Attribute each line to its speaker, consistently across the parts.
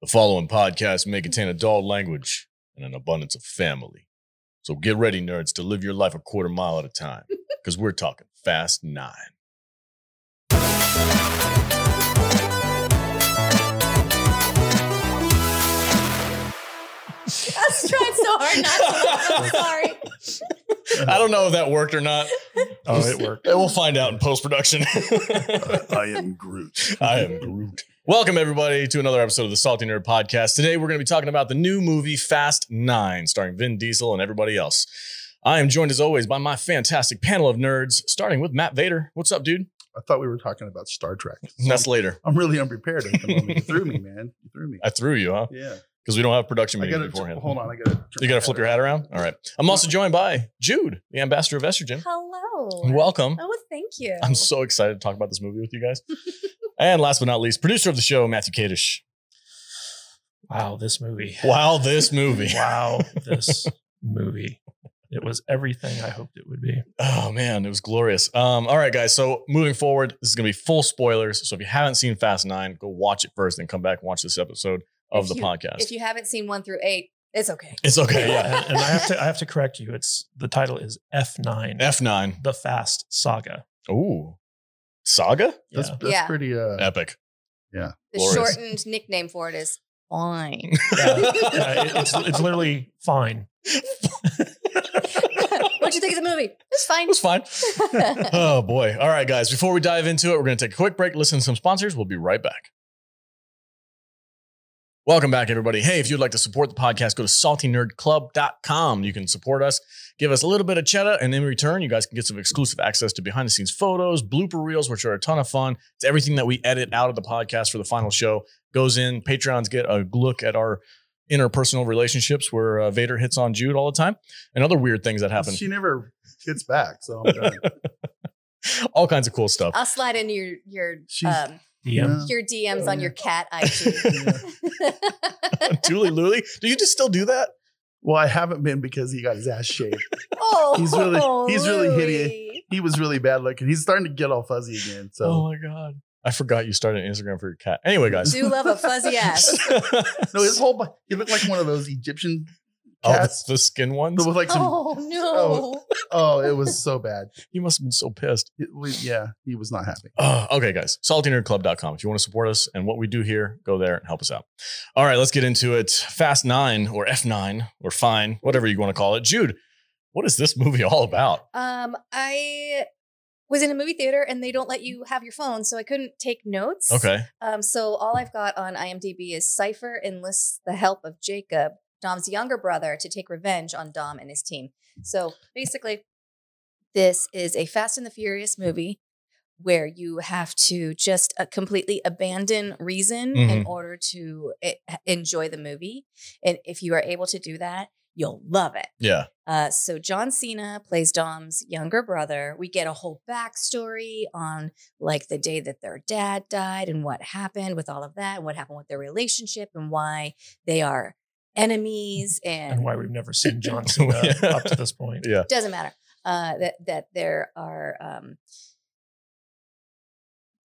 Speaker 1: The following podcast may contain adult language and an abundance of family. So get ready, nerds, to live your life a quarter mile at a time, because we're talking Fast Nine.
Speaker 2: I was trying so hard not to. laugh. I'm sorry.
Speaker 1: I don't know if that worked or not.
Speaker 3: Oh, it worked.
Speaker 1: We'll find out in post production.
Speaker 3: I am Groot.
Speaker 1: I am Groot. Welcome, everybody, to another episode of the Salty Nerd Podcast. Today, we're going to be talking about the new movie Fast Nine, starring Vin Diesel and everybody else. I am joined, as always, by my fantastic panel of nerds, starting with Matt Vader. What's up, dude?
Speaker 3: I thought we were talking about Star Trek.
Speaker 1: That's later.
Speaker 3: I'm really unprepared at the moment. You threw me, man. You threw me.
Speaker 1: I threw you, huh?
Speaker 3: Yeah.
Speaker 1: Because we don't have production
Speaker 3: I
Speaker 1: meetings
Speaker 3: gotta
Speaker 1: beforehand.
Speaker 3: hold on. I gotta. turn
Speaker 1: You got
Speaker 3: my
Speaker 1: to flip your hat around? All right. I'm also joined by Jude, the ambassador of estrogen.
Speaker 2: Hello.
Speaker 1: Welcome.
Speaker 2: Oh, thank you.
Speaker 1: I'm so excited to talk about this movie with you guys. and last but not least, producer of the show, Matthew Kadish.
Speaker 4: Wow, this movie.
Speaker 1: Wow, this movie.
Speaker 4: Wow, this movie. It was everything I hoped it would be.
Speaker 1: Oh man, it was glorious. Um, all right, guys. So moving forward, this is gonna be full spoilers. So if you haven't seen Fast Nine, go watch it first, then come back and watch this episode of
Speaker 2: If
Speaker 1: the
Speaker 2: you-
Speaker 1: podcast.
Speaker 2: If you haven't seen one through eight, it's okay.
Speaker 1: it's okay, yeah.
Speaker 4: And, and I have to I have to correct you. It's the title is F9,
Speaker 1: F nine.
Speaker 4: the Fast Saga.
Speaker 1: Ooh, saga.
Speaker 3: That's,
Speaker 4: Yeah.
Speaker 3: that's
Speaker 2: Yeah.
Speaker 3: pretty. Uh,
Speaker 1: Epic.
Speaker 2: The
Speaker 1: Glorious.
Speaker 2: shortened nickname for it is fine.
Speaker 4: Yeah, it- it's, it's literally fine.
Speaker 2: What'd you think of the movie? It's fine.
Speaker 1: It's fine. Oh boy. All right, guys. Before we dive into it, we're going to take a quick break, listen to some sponsors. We'll be right back. Welcome back, everybody. Hey, if you'd like to support the podcast, go to saltynerdclub.com. You can support us, give us a little bit of cheddar, and in return, you guys can get some exclusive access to behind the scenes photos, blooper reels, which are a ton of fun. It's everything that we edit out of the podcast for the final show goes in. Patreons get a look at our interpersonal relationships where uh, Vader hits on Jude all the time and other weird things that happen.
Speaker 3: she never gets back, so I'm done.
Speaker 1: All kinds of cool stuff.
Speaker 2: I'll slide into your your
Speaker 3: She's-
Speaker 2: um,
Speaker 4: DM.
Speaker 3: Yeah.
Speaker 2: your DMs
Speaker 3: Oh,
Speaker 2: on
Speaker 3: yeah.
Speaker 2: your cat IG.
Speaker 3: Yeah.
Speaker 1: Dooley Looley. Do you just still do that?
Speaker 3: Well, I haven't been because he got his ass shaved.
Speaker 2: oh,
Speaker 3: He's really- he's really hideous.
Speaker 2: hideous.
Speaker 3: He was really bad looking. He's starting to get all fuzzy again. So
Speaker 1: Oh my god. I forgot you started an Instagram for your cat. Anyway, guys.
Speaker 2: Do love a fuzzy ass.
Speaker 3: no, his whole bo- he looked like one of those Egyptian
Speaker 1: oh, the,
Speaker 3: cats
Speaker 1: the skin ones.
Speaker 3: with like some. Oh.
Speaker 2: Oh no!
Speaker 3: it was so bad.
Speaker 1: He must have been so pissed.
Speaker 3: It- we- yeah, he was not happy.
Speaker 1: Uh, okay, guys. Saltynerdclub.com. If you want to support us and what we do here, go there and help us out. All right, let's get into it. Fast Nine or F Nine or Fine, whatever you want to call it. Jude, what is this movie all about?
Speaker 2: Um, I was in a movie theater and they don't let you have your phone, so I couldn't take notes.
Speaker 1: Okay.
Speaker 2: Um, so all I've got on IMDb is Cipher enlists the help of Jacob, Dom's younger brother, to take revenge on Dom and his team. So basically, this is a Fast and the Furious movie where you have to just uh, completely abandon reason in
Speaker 1: Mhm.
Speaker 2: order to e- enjoy the movie, and if you are able to do that, you'll love it.
Speaker 1: Yeah.
Speaker 2: Uh, so John Cena plays Dom's younger brother. We get a whole backstory on like the day that their dad died and what happened with all of that, and what happened with their relationship, and why they are enemies, and,
Speaker 4: And why we've never seen John Cena
Speaker 1: Yeah.
Speaker 4: up to this point.
Speaker 1: Yeah.
Speaker 2: doesn't matter. Uh, that that there are um,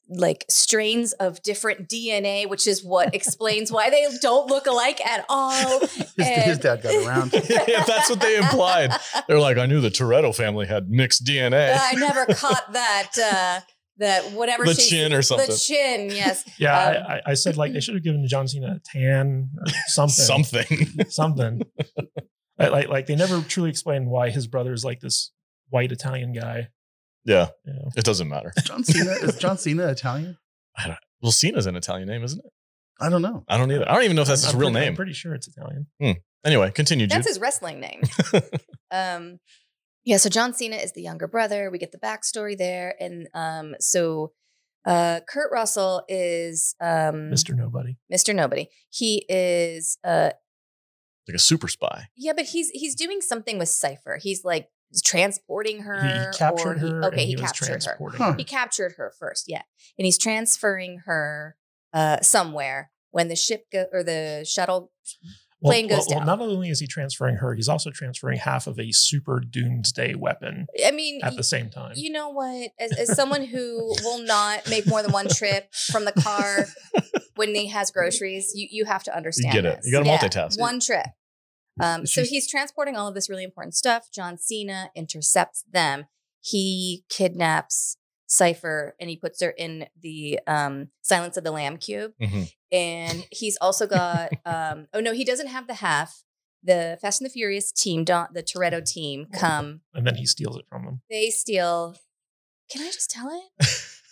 Speaker 2: like strains of different DNA, which is what explains why they don't look alike at all.
Speaker 3: His, his
Speaker 2: And-
Speaker 3: dad got around.
Speaker 1: Yeah, that's what they implied. They're like, I knew the Toretto family had mixed DNA.
Speaker 2: I never caught that. Uh, that whatever
Speaker 1: the
Speaker 2: she's-
Speaker 1: chin or something.
Speaker 2: The chin, yes.
Speaker 4: Yeah, I-
Speaker 2: Um,
Speaker 4: I, I said like they should have given John Cena a tan or something.
Speaker 1: Something.
Speaker 4: something. like, like like they never truly explained why his brother is like this white Italian guy.
Speaker 1: Yeah,
Speaker 4: You know.
Speaker 1: it doesn't matter.
Speaker 3: John Cena is John Cena Italian?
Speaker 1: Well, Cena's an Italian name, isn't it?
Speaker 3: I don't know.
Speaker 1: I don't either. I don't even know if that's his
Speaker 4: I'm
Speaker 1: real
Speaker 4: pretty- I'm
Speaker 1: name.
Speaker 4: pretty sure it's Italian.
Speaker 1: anyway, continue, Jude.
Speaker 2: That's his wrestling name. um, yeah, so John Cena is the younger brother. We get the backstory there. And um, so uh, Kurt Russell is um,
Speaker 4: Mr. Nobody.
Speaker 2: Mr. Nobody. He is, uh,
Speaker 1: like a super spy.
Speaker 2: yeah, but he's he's doing something with Cypher. He's like transporting her.
Speaker 4: He
Speaker 2: or
Speaker 4: captured
Speaker 2: he-
Speaker 4: her.
Speaker 2: okay,
Speaker 4: and
Speaker 2: he,
Speaker 4: was
Speaker 2: captured her.
Speaker 4: transporting
Speaker 3: Huh.
Speaker 2: He captured her first, yeah. And he's transferring her uh, somewhere when the ship go- or the shuttle
Speaker 4: Well,
Speaker 2: Plane goes
Speaker 4: well, well,
Speaker 2: down.
Speaker 4: not only is he transferring her, he's also transferring half of a super doomsday weapon
Speaker 2: I mean,
Speaker 4: at the same time.
Speaker 2: You know what? As, as someone who will not make more than one trip from the car when he has groceries, you, you have to understand.
Speaker 1: get it.
Speaker 2: this.
Speaker 1: You gotta
Speaker 2: Yeah,
Speaker 1: multitask.
Speaker 2: One trip. Um, so
Speaker 3: She's-
Speaker 2: he's transporting all of this really important stuff. John Cena intercepts them. He kidnaps Cypher and he puts her in the um, Silence of the Lamb cube.
Speaker 1: Mhm.
Speaker 2: And he's also got, um, oh no, he doesn't have the half. The Fast and the Furious team, Don, the Toretto team,
Speaker 1: Mm-hmm.
Speaker 2: come
Speaker 4: and then he steals it from them.
Speaker 2: they steal. Can I just tell it?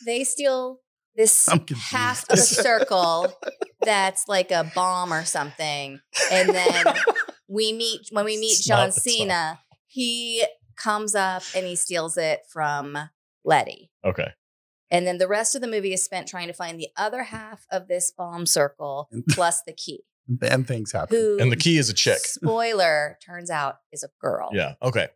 Speaker 2: they steal this
Speaker 3: I'm confused.
Speaker 2: half of a circle that's like a bomb or something, and then we meet when we meet
Speaker 1: It's not-
Speaker 2: John
Speaker 1: it's not.
Speaker 2: Cena. He comes up and he steals it from Letty.
Speaker 1: Okay.
Speaker 2: And then the rest of the movie is spent trying to find the other half of this bomb circle plus the key.
Speaker 3: And things happen.
Speaker 2: Who
Speaker 1: And the key is a chick.
Speaker 2: Spoiler turns out is a girl.
Speaker 1: Yeah. Okay.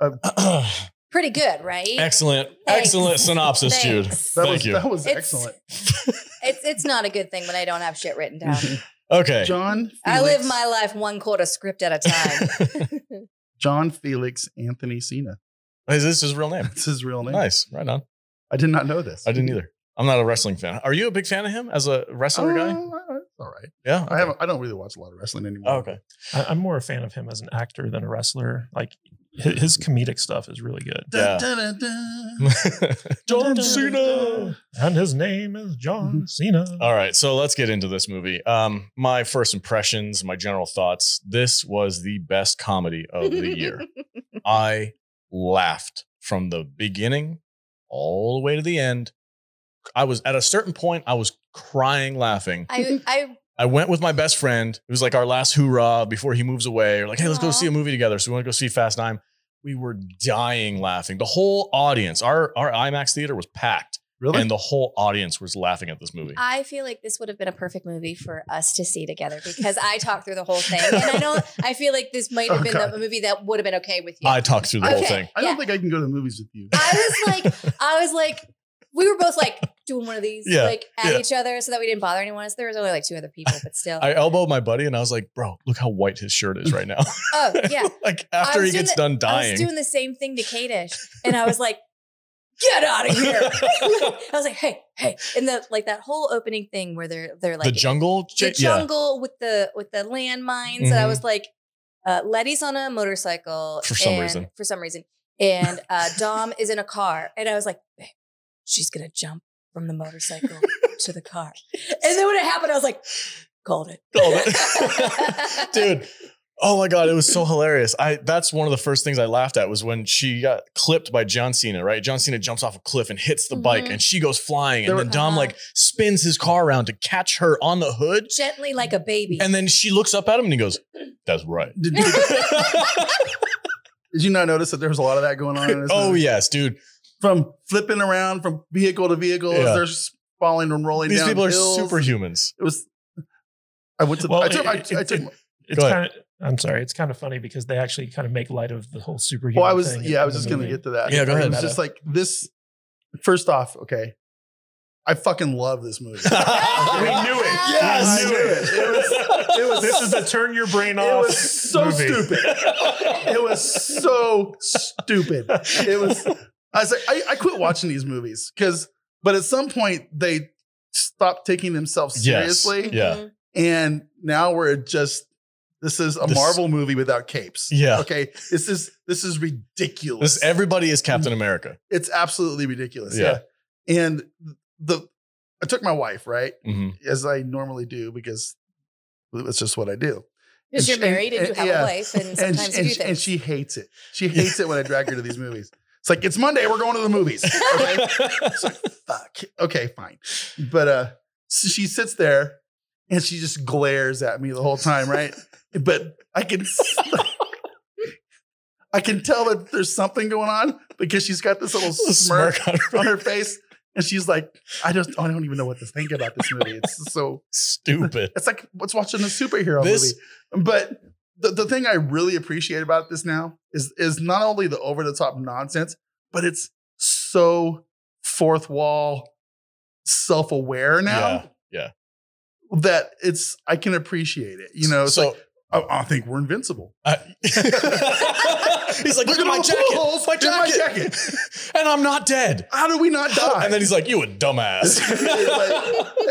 Speaker 3: Uh,
Speaker 2: Pretty good, right?
Speaker 1: excellent.
Speaker 2: Thanks.
Speaker 1: Excellent synopsis, Jude.
Speaker 2: Thanks.
Speaker 3: That
Speaker 1: Thank
Speaker 3: was
Speaker 1: you.
Speaker 3: that was
Speaker 2: It's-
Speaker 3: excellent.
Speaker 2: It's it's not a good thing when I don't have shit written down.
Speaker 1: Okay.
Speaker 3: John. Felix,
Speaker 2: I live my life one quarter script at a time.
Speaker 3: John Felix Anthony Cena.
Speaker 1: Is this his real name?
Speaker 3: That's his real name.
Speaker 1: Nice. Right on.
Speaker 3: I did not know this.
Speaker 1: I didn't either. I'm not a wrestling fan. Are you a big fan of him as a wrestler
Speaker 2: Um,
Speaker 3: Uh,
Speaker 1: guy?
Speaker 3: all right.
Speaker 1: Yeah.
Speaker 3: I haven't. I don't really watch a lot of wrestling anymore.
Speaker 1: Oh, okay.
Speaker 4: I, I'm more a fan of him as an actor than a wrestler. Like hi- his comedic stuff is really good.
Speaker 1: Yeah. John Cena.
Speaker 4: And his name is John Cena.
Speaker 1: All right, so let's get into this movie. Um, my first impressions, my general thoughts. This was the best comedy of the year. I laughed from the beginning all the way to the end. I was at a certain point, I was crying laughing.
Speaker 2: I I
Speaker 1: I went with my best friend. It was like our last hoorah before he moves away. We're like, hey, let's go
Speaker 2: Aw.
Speaker 1: see a movie together. So we want to go see Fast Nine. We were dying laughing. The whole audience, our our IMAX theater was packed,
Speaker 3: Really?
Speaker 1: and the whole audience was laughing at this movie.
Speaker 2: I feel like this would have been a perfect movie for us to see together because I talked through the whole thing, and I don't. I feel like this might have
Speaker 3: Oh,
Speaker 2: been the, a movie that would have been okay with you.
Speaker 1: I talked through the whole
Speaker 2: Okay.
Speaker 1: thing.
Speaker 3: I don't
Speaker 2: Yeah.
Speaker 3: think I can go to the movies with you.
Speaker 2: I was like, I was like, we were both like doing one of these,
Speaker 1: Yeah,
Speaker 2: like at
Speaker 1: yeah.
Speaker 2: each other, so that we didn't bother anyone else. There was only like two other people, but still.
Speaker 1: I elbowed my buddy and I was like, bro, look how white his shirt is right now.
Speaker 2: oh yeah,
Speaker 1: like
Speaker 2: I
Speaker 1: after
Speaker 2: was
Speaker 1: he
Speaker 2: doing
Speaker 1: gets
Speaker 2: the-
Speaker 1: done
Speaker 2: I
Speaker 1: dying.
Speaker 2: was doing the same thing to Kadish, and I was like, "Get out of here!" I was like, "Hey, hey!" And the like that whole opening thing where they're they're like
Speaker 1: the jungle?
Speaker 2: the
Speaker 1: J- yeah.
Speaker 2: jungle with the with the landmines, and I
Speaker 1: Mhm.
Speaker 2: was like, uh, "Letty's on a motorcycle
Speaker 1: For some
Speaker 2: and-
Speaker 1: reason.
Speaker 2: for some reason, and uh, Dom is in a car," and I was like, "Babe, "She's gonna jump from the motorcycle to the car," and then when it happened, I was like, "Called it."
Speaker 1: Called it. Oh, Dude. Oh my God, it was so hilarious. I that's one of the first things I laughed at was when she got clipped by John Cena, right? John Cena jumps off a cliff and hits the bike
Speaker 2: Mhm.
Speaker 1: and she goes flying.
Speaker 3: There
Speaker 1: and
Speaker 3: were-
Speaker 1: then Dom
Speaker 2: Uh-huh.
Speaker 1: like spins his car around to catch her on the hood.
Speaker 2: Gently like a baby.
Speaker 1: And then she looks up at him and he goes, That's right.
Speaker 3: Did, did, did you not notice that there was a lot of that going on? In this
Speaker 1: oh
Speaker 3: movie?
Speaker 1: yes, dude.
Speaker 3: From flipping around from vehicle to vehicle
Speaker 1: Yeah.
Speaker 3: as they're s- falling and rolling
Speaker 1: These
Speaker 3: down.
Speaker 1: people are
Speaker 3: hills.
Speaker 1: superhumans.
Speaker 3: It was. I went to.
Speaker 4: Well,
Speaker 3: I took. I,
Speaker 4: it-
Speaker 3: I
Speaker 4: it-
Speaker 3: took.
Speaker 4: It's
Speaker 1: Go ahead.
Speaker 4: kind of. I'm sorry. It's kind of funny because they actually kind of make light of the whole superhero.
Speaker 3: well, I was.
Speaker 4: thing
Speaker 3: Yeah, I was
Speaker 4: in
Speaker 3: just
Speaker 4: the
Speaker 3: gonna
Speaker 4: movie.
Speaker 3: get to that.
Speaker 1: Yeah, go
Speaker 3: It
Speaker 1: ahead.
Speaker 3: was just like this. First off, okay. I fucking love this movie.
Speaker 1: we
Speaker 2: knew it.
Speaker 1: Yes.
Speaker 3: We knew it. It was- it was-
Speaker 4: This is a turn your brain
Speaker 3: It
Speaker 4: off.
Speaker 3: was so
Speaker 4: movie.
Speaker 3: stupid. It was so stupid. It was. I was like, I, I quit watching these movies because, but at some point they stopped taking themselves
Speaker 1: Yes.
Speaker 3: seriously,
Speaker 1: yeah.
Speaker 2: Mhm.
Speaker 3: and now we're just this is a
Speaker 1: This-
Speaker 3: Marvel movie without capes.
Speaker 1: Yeah.
Speaker 3: Okay, this is this is ridiculous.
Speaker 1: This everybody is Captain America.
Speaker 3: it's absolutely ridiculous.
Speaker 1: Yeah.
Speaker 3: Yeah. and the I took my wife right
Speaker 1: Mhm.
Speaker 3: as I normally do because it's just what I do.
Speaker 2: Because
Speaker 3: And
Speaker 2: you're
Speaker 3: she-
Speaker 2: married and,
Speaker 3: and-
Speaker 1: uh,
Speaker 2: you have
Speaker 3: yeah.
Speaker 2: a wife, and
Speaker 3: and,
Speaker 2: sometimes
Speaker 3: and,
Speaker 2: you do
Speaker 3: and
Speaker 2: things.
Speaker 3: she hates it. She hates it when I drag her to these movies. It's like it's Monday, we're going to the movies. Okay, It's like, fuck. Okay, fine. But uh, so she sits there and she just glares at me the whole time, right? but I can, s- I can tell that there's something going on because she's got this little smirk,
Speaker 1: Smirk on her
Speaker 3: on her face, and she's like, I just, I don't even know what to think about this movie. It's so
Speaker 1: Stupid.
Speaker 3: it's like what's watching a superhero
Speaker 1: This-
Speaker 3: movie. But the, the thing I really appreciate about this now is is not only the over the top nonsense, but it's so fourth wall self aware now.
Speaker 1: Yeah, yeah.
Speaker 3: that it's I can appreciate it. You know, it's like,
Speaker 1: so
Speaker 3: I, I think we're invincible.
Speaker 1: I- he's like, look, at my
Speaker 3: all the
Speaker 1: jacket,
Speaker 3: holes
Speaker 1: my
Speaker 3: in my
Speaker 1: jacket, and I'm not dead.
Speaker 3: How do we not die?
Speaker 1: And then he's like, you a dumbass.
Speaker 3: Like,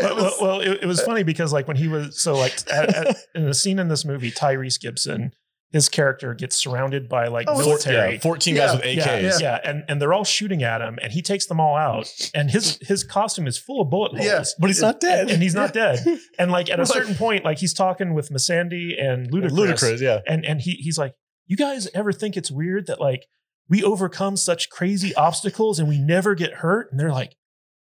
Speaker 4: Well, well, well, it, it was funny because like when he was so like at, at, in the scene in this movie, Tyrese Gibson, his character gets surrounded by like
Speaker 3: Oh,
Speaker 1: Four-
Speaker 4: military.
Speaker 1: yeah, 14
Speaker 3: Yeah,
Speaker 1: guys with
Speaker 4: Yeah,
Speaker 1: AKs.
Speaker 4: yeah, and and they're all shooting at him, and he takes them all out, and his his costume is full of bullet holes.
Speaker 3: Yeah.
Speaker 1: But he's not dead.
Speaker 4: And, and he's not dead. And like at a
Speaker 3: Right.
Speaker 4: certain point, like he's talking with Missandei and Ludacris,
Speaker 1: ludicrous. Yeah.
Speaker 4: and and he he's like, "You guys ever think it's weird that like we overcome such crazy obstacles and we never get hurt?" And they're like,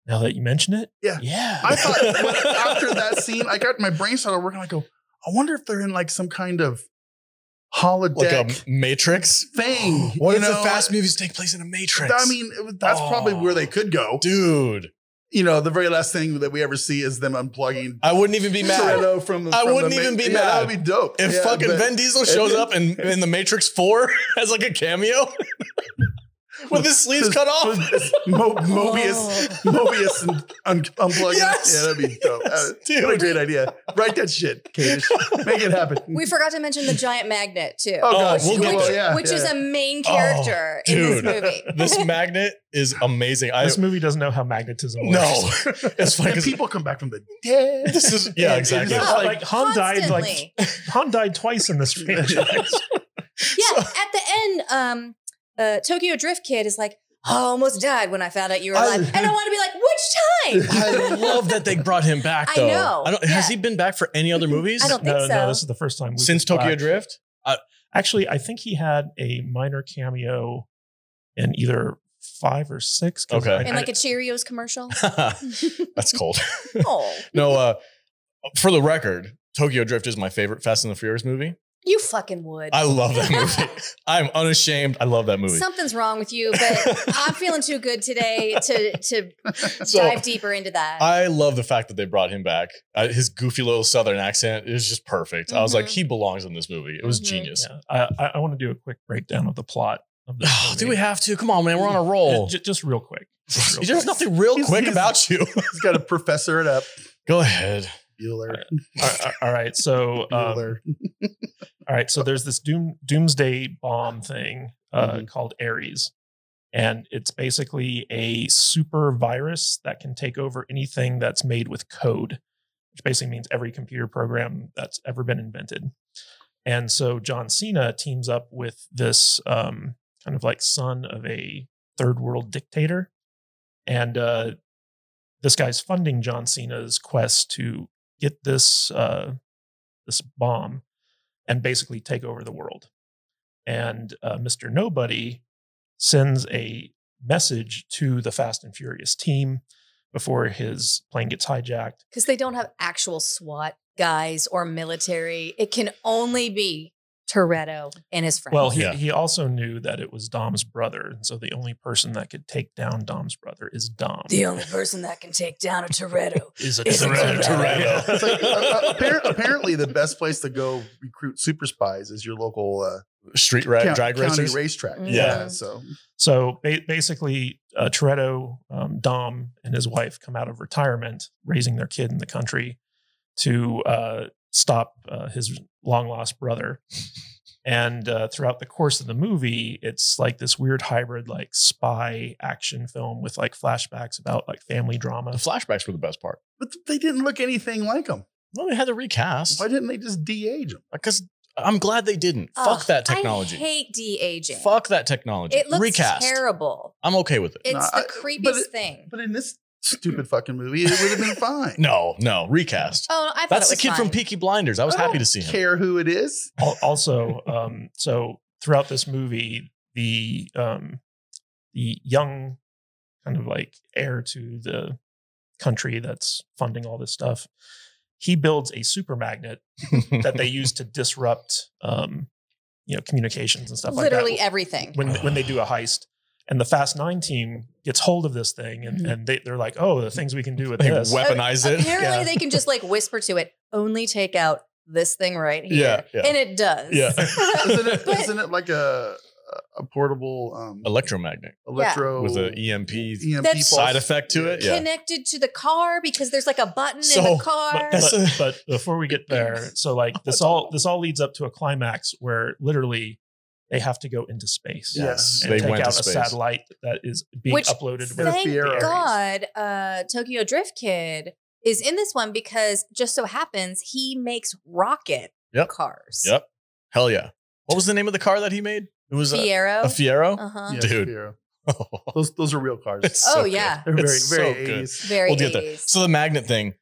Speaker 4: "Now that you mention it,
Speaker 3: Yeah.
Speaker 4: yeah,
Speaker 3: I thought when- after that scene, I got my brain started working. I go, I wonder if they're in like some kind of holodeck
Speaker 1: Like um, a Matrix.
Speaker 3: thing.
Speaker 1: What
Speaker 3: you
Speaker 1: if
Speaker 3: know? uh,
Speaker 1: the fast movies take place in a Matrix?
Speaker 3: I mean, it was- that's probably
Speaker 1: Oh.
Speaker 3: where they could go.
Speaker 1: dude,
Speaker 3: You know, the very last thing that we ever see is them unplugging
Speaker 1: I wouldn't even be mad.
Speaker 3: Toretto from the.
Speaker 1: I
Speaker 3: from the
Speaker 1: wouldn't
Speaker 3: ma-
Speaker 1: even be
Speaker 3: yeah,
Speaker 1: mad.
Speaker 3: That would be dope.
Speaker 1: If
Speaker 3: Yeah,
Speaker 1: fucking
Speaker 3: but-
Speaker 1: Vin Diesel shows up in, in the Matrix 4 as like a cameo with his sleeves cut off.
Speaker 3: Mo- Mobius,
Speaker 2: Oh,
Speaker 3: Mobius, and un- unplugging.
Speaker 1: Oh. Yes.
Speaker 3: Yeah, that'd be dope. Uh,
Speaker 1: Dude.
Speaker 3: what a great idea! Write that shit, Kadish. Make it happen.
Speaker 2: We forgot to mention the giant magnet too.
Speaker 3: oh
Speaker 1: God,
Speaker 3: gosh,
Speaker 1: we'll get
Speaker 2: which
Speaker 1: there.
Speaker 3: yeah,
Speaker 2: which
Speaker 3: yeah.
Speaker 2: is a main
Speaker 1: Oh,
Speaker 2: character in
Speaker 1: dude.
Speaker 2: this movie.
Speaker 1: This magnet is amazing. I
Speaker 4: this movie doesn't know how magnetism works."
Speaker 1: no, it's funny.
Speaker 3: and
Speaker 1: 'cause
Speaker 3: people come back from the dead.
Speaker 1: this is yeah,
Speaker 3: it- it
Speaker 1: exactly.
Speaker 3: is-
Speaker 4: Yeah, like, Han died like
Speaker 2: Oh, Constantly.
Speaker 4: Han died twice in this franchise.
Speaker 2: Yeah, at the end, um, uh, Tokyo Drift Kid is like, I almost died when I found out you were
Speaker 1: I-
Speaker 2: alive. and I want to be like, which time?
Speaker 1: I love that they brought him back.
Speaker 2: I
Speaker 1: Though
Speaker 2: know.
Speaker 1: I don't, Has
Speaker 2: Yeah.
Speaker 1: he been back for any other movies
Speaker 2: I don't think
Speaker 4: no,
Speaker 2: so.
Speaker 4: no, this is the first time Luke
Speaker 1: since
Speaker 4: was
Speaker 1: Tokyo
Speaker 4: black.
Speaker 1: Drift?
Speaker 4: Actually, I think he had a minor cameo in either five or six. 'cause
Speaker 1: Okay.
Speaker 4: I-
Speaker 2: in like a Cheerios commercial.
Speaker 1: That's cold.
Speaker 2: oh,
Speaker 1: No, uh, for the record, Tokyo Drift is my favorite Fast and the Furious movie.
Speaker 2: you fucking would.
Speaker 1: I love that movie. I'm unashamed. I love that movie.
Speaker 2: Something's wrong with you, but I'm feeling too good today to to
Speaker 1: So-
Speaker 2: dive deeper into that.
Speaker 1: I love the fact that they brought him back. Uh, his goofy little Southern accent is just perfect. I was like,
Speaker 3: Mm-hmm.
Speaker 2: Mhm.
Speaker 1: he belongs in this movie. It was
Speaker 2: Mhm.
Speaker 1: genius.
Speaker 4: yeah, I, I, I want to do a quick breakdown of the plot. Of this
Speaker 1: Oh,
Speaker 4: movie.
Speaker 1: do we have to? Come on, man. We're on a roll.
Speaker 4: Just, just real quick. Just real
Speaker 1: There's
Speaker 4: quick.
Speaker 1: nothing real
Speaker 3: He's-
Speaker 1: quick
Speaker 3: he's-
Speaker 1: about you.
Speaker 3: He's got a professor it up.
Speaker 1: Go ahead.
Speaker 3: Bueller.
Speaker 4: all, right, all right, so um, all
Speaker 3: Bueller.
Speaker 4: right, so there's this doom doomsday bomb thing uh,
Speaker 3: Mhm.
Speaker 4: called Ares, and it's basically a super virus that can take over anything that's made with code, which basically means every computer program that's ever been invented. And so John Cena teams up with this um, kind of like son of a third world dictator, and uh, this guy's funding John Cena's quest to get this uh, this bomb and basically take over the world. And uh, Mr. Nobody sends a message to the Fast and Furious team before his plane gets hijacked.
Speaker 2: because they don't have actual SWAT guys or military. It can only be Toretto and his friends.
Speaker 4: Well, he,
Speaker 1: Yeah.
Speaker 4: he also knew that it was Dom's brother. And so the only person that could take down Dom's brother is Dom.
Speaker 2: the only person that can take down a Toretto.
Speaker 4: is a
Speaker 2: It's a
Speaker 4: Toretto.
Speaker 1: Toretto.
Speaker 4: Yeah.
Speaker 3: It's like, uh, uh, appar- apparently, the best place to go recruit super spies is your local uh,
Speaker 1: Street ra-
Speaker 3: count-
Speaker 1: drag
Speaker 3: county
Speaker 1: racers.
Speaker 3: racetrack.
Speaker 2: Mhm.
Speaker 1: Yeah.
Speaker 3: So
Speaker 4: So ba- basically, uh, Toretto, um, Dom, and his wife come out of retirement, raising their kid in the country to uh, stop uh, his long lost brother. And uh, throughout the course of the movie, it's like this weird hybrid, like spy action film with like flashbacks about like family
Speaker 1: the
Speaker 4: drama.
Speaker 1: flashbacks were the best part.
Speaker 3: But they didn't look anything like him.
Speaker 1: Well, they had to recast
Speaker 3: Why didn't they just de-age him?
Speaker 1: because I'm glad they didn't.
Speaker 2: Ugh,
Speaker 1: Fuck that
Speaker 2: I
Speaker 1: technology.
Speaker 2: hate de aging.
Speaker 1: Fuck that technology.
Speaker 2: It looks
Speaker 1: recast.
Speaker 2: terrible.
Speaker 1: I'm okay with it.
Speaker 2: It's
Speaker 3: Nah,
Speaker 2: the
Speaker 3: I- but
Speaker 2: creepiest
Speaker 3: it-
Speaker 2: thing.
Speaker 3: But in this stupid fucking movie, it would have been fine.
Speaker 1: No, no, recast.
Speaker 2: Oh, I thought
Speaker 1: That's the
Speaker 2: it was
Speaker 1: kid
Speaker 2: fine.
Speaker 1: from Peaky Blinders. I was
Speaker 3: I
Speaker 1: happy
Speaker 3: don't
Speaker 1: to see him.
Speaker 3: Care who it is?
Speaker 4: Al- also, um, so throughout this movie, the um, the young kind of like heir to the country that's funding all this stuff, he builds a super magnet that they use to disrupt, um, you know, communications and stuff
Speaker 2: Literally
Speaker 4: like that
Speaker 2: everything.
Speaker 4: when when they do a heist. And the Fast Nine team gets hold of this thing, and,
Speaker 2: Mhm.
Speaker 4: and they, they're like, "Oh, the things we can do with
Speaker 1: they
Speaker 4: this."
Speaker 1: weaponize it.
Speaker 2: Apparently,
Speaker 4: Yeah.
Speaker 2: they can just like whisper to it, only take out this thing right here.
Speaker 1: Yeah, yeah.
Speaker 2: And it does.
Speaker 1: Yeah.
Speaker 3: Isn't it?
Speaker 2: But-
Speaker 3: not it like a a portable um,
Speaker 1: Electromagnet
Speaker 3: electro
Speaker 1: with an EMP
Speaker 3: EMP
Speaker 2: That's-
Speaker 1: E side
Speaker 3: pulse.
Speaker 1: effect to it. Yeah.
Speaker 2: connected to the car because there's like a button in
Speaker 1: So,
Speaker 2: the car.
Speaker 4: But,
Speaker 1: That's a-
Speaker 4: but- but before we get there, so like this all this all leads up to a climax where literally they have to go into space.
Speaker 3: Yeah.
Speaker 1: Yes,
Speaker 4: And
Speaker 1: they
Speaker 4: take
Speaker 1: went
Speaker 4: out
Speaker 1: to
Speaker 4: a
Speaker 1: space.
Speaker 4: satellite that is being
Speaker 2: Which
Speaker 4: uploaded with
Speaker 2: Thank
Speaker 3: Interference.
Speaker 2: God, uh, Tokyo Drift Kid is in this one because just so happens he makes rocket
Speaker 1: Yep.
Speaker 2: cars.
Speaker 1: Yep. Hell yeah. What was the name of the car that he made? It was a,
Speaker 2: Fiero. Uh.
Speaker 1: a Fiero.
Speaker 2: uh-huh.
Speaker 3: Yeah,
Speaker 1: Dude.
Speaker 3: Fiero. Those those are real cars.
Speaker 1: It's
Speaker 2: oh
Speaker 1: so good.
Speaker 2: yeah,
Speaker 3: They're very
Speaker 1: It's
Speaker 3: very
Speaker 1: so good.
Speaker 3: 80s.
Speaker 2: very.
Speaker 1: We'll get there.
Speaker 2: 80s.
Speaker 1: So the magnet thing,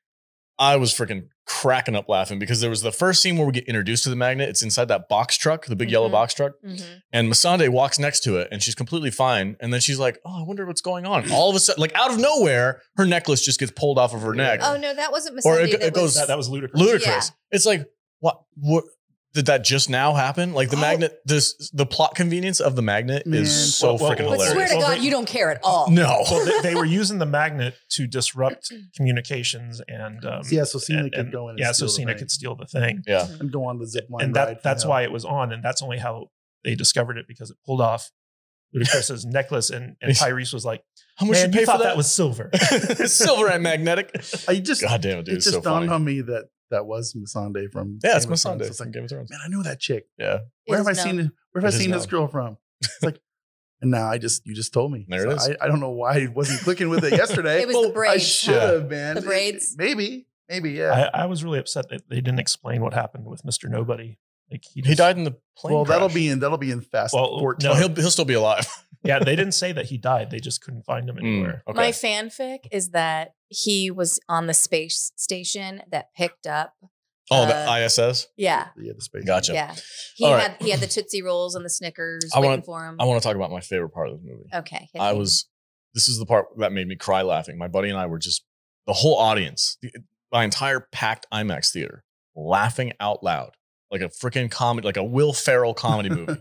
Speaker 1: I was freaking cracking up laughing because there was the first scene where we get introduced to the magnet. It's inside that box truck, the big yellow
Speaker 2: Mhm.
Speaker 1: box truck.
Speaker 2: Mhm.
Speaker 1: And Masande walks next to it and she's completely fine. And then she's like, Oh, I wonder what's going on. All of a sudden, like out of nowhere, her necklace just gets pulled off of her neck.
Speaker 2: Oh no, that wasn't
Speaker 1: Or it
Speaker 2: Masandi.
Speaker 1: go-
Speaker 2: that
Speaker 1: it goes-
Speaker 2: was-
Speaker 4: that, that was ludicrous.
Speaker 1: Ludicrous. It's like, what what did that just now happen? Like the
Speaker 2: Oh.
Speaker 1: magnet, this the plot convenience of the magnet
Speaker 3: Man.
Speaker 1: is so
Speaker 4: Well, well,
Speaker 1: freaking
Speaker 4: well,
Speaker 2: But
Speaker 4: was
Speaker 2: swear
Speaker 1: hilarious.
Speaker 2: to
Speaker 4: Well,
Speaker 2: God,
Speaker 4: they-
Speaker 2: you don't care at all. Mm-hmm.
Speaker 1: No.
Speaker 4: Well, they, they were using the magnet to disrupt communications and um,
Speaker 3: Yeah, so Cena
Speaker 4: and-
Speaker 3: could
Speaker 4: and-
Speaker 3: go in. And
Speaker 4: yeah, so
Speaker 3: steal the
Speaker 4: Cena
Speaker 3: thing
Speaker 4: could steal the thing.
Speaker 1: Yeah.
Speaker 3: and go on the zip line.
Speaker 4: and
Speaker 3: ride
Speaker 4: that
Speaker 3: from
Speaker 4: that's
Speaker 3: hell.
Speaker 4: why it was on, and that's only how they discovered it because it pulled off Ludacris's necklace, and, and Tyrese was like,
Speaker 1: How much
Speaker 4: "Man,
Speaker 1: you pay
Speaker 4: you
Speaker 1: for
Speaker 4: thought that?
Speaker 1: that?
Speaker 4: was silver."
Speaker 1: It's silver and magnetic.
Speaker 3: I just
Speaker 1: God damn it, dude.
Speaker 3: it
Speaker 1: It's
Speaker 3: just
Speaker 1: so
Speaker 3: dawned
Speaker 1: funny.
Speaker 3: on me that that was Masande from
Speaker 1: yeah, it's
Speaker 3: Game of Thrones.
Speaker 1: Masande
Speaker 3: It's
Speaker 1: from
Speaker 3: like, man,
Speaker 1: Game of Thrones.
Speaker 3: I know that chick.
Speaker 1: Yeah.
Speaker 2: It
Speaker 3: Where have I
Speaker 2: is known.
Speaker 3: seen? Where have
Speaker 1: It
Speaker 3: I
Speaker 1: is
Speaker 3: seen this
Speaker 1: known.
Speaker 3: girl from? It's like, and now I just you just told me.
Speaker 1: There it is.
Speaker 3: I, I don't know why I wasn't clicking with it yesterday.
Speaker 2: It was the
Speaker 3: I
Speaker 2: braids.
Speaker 3: should
Speaker 1: Yeah.
Speaker 3: have, man.
Speaker 2: The
Speaker 3: It-
Speaker 2: braids.
Speaker 3: maybe, maybe, yeah.
Speaker 4: I, I was really upset that they didn't explain what happened with Mister Nobody. Like he, just,
Speaker 1: He died in the plane.
Speaker 3: well, that'll
Speaker 1: crash.
Speaker 3: be in that'll be in Fast
Speaker 4: Well,
Speaker 3: Fourteen.
Speaker 4: no.
Speaker 1: Oh, he'll he'll still be alive.
Speaker 4: Yeah, they didn't say that he died. They just couldn't find
Speaker 3: Hmm.
Speaker 4: him anywhere.
Speaker 1: Mm, okay.
Speaker 2: My fanfic is that he was on the space station that picked up.
Speaker 1: oh,
Speaker 2: uh,
Speaker 1: the ISS.
Speaker 2: Yeah,
Speaker 3: Yeah, the space.
Speaker 1: Gotcha.
Speaker 2: yeah. He
Speaker 1: All right.
Speaker 2: had he had the Tootsie Rolls and the Snickers
Speaker 1: I
Speaker 2: waiting
Speaker 1: wanna-
Speaker 2: for him.
Speaker 1: I want to talk about my favorite part of this movie.
Speaker 2: okay, hit
Speaker 1: I
Speaker 2: me.
Speaker 1: was. This is the part that made me cry laughing. My buddy and I were just the whole audience, the, my entire packed IMAX theater, laughing out loud like a freaking comedy, like a Will Ferrell comedy movie.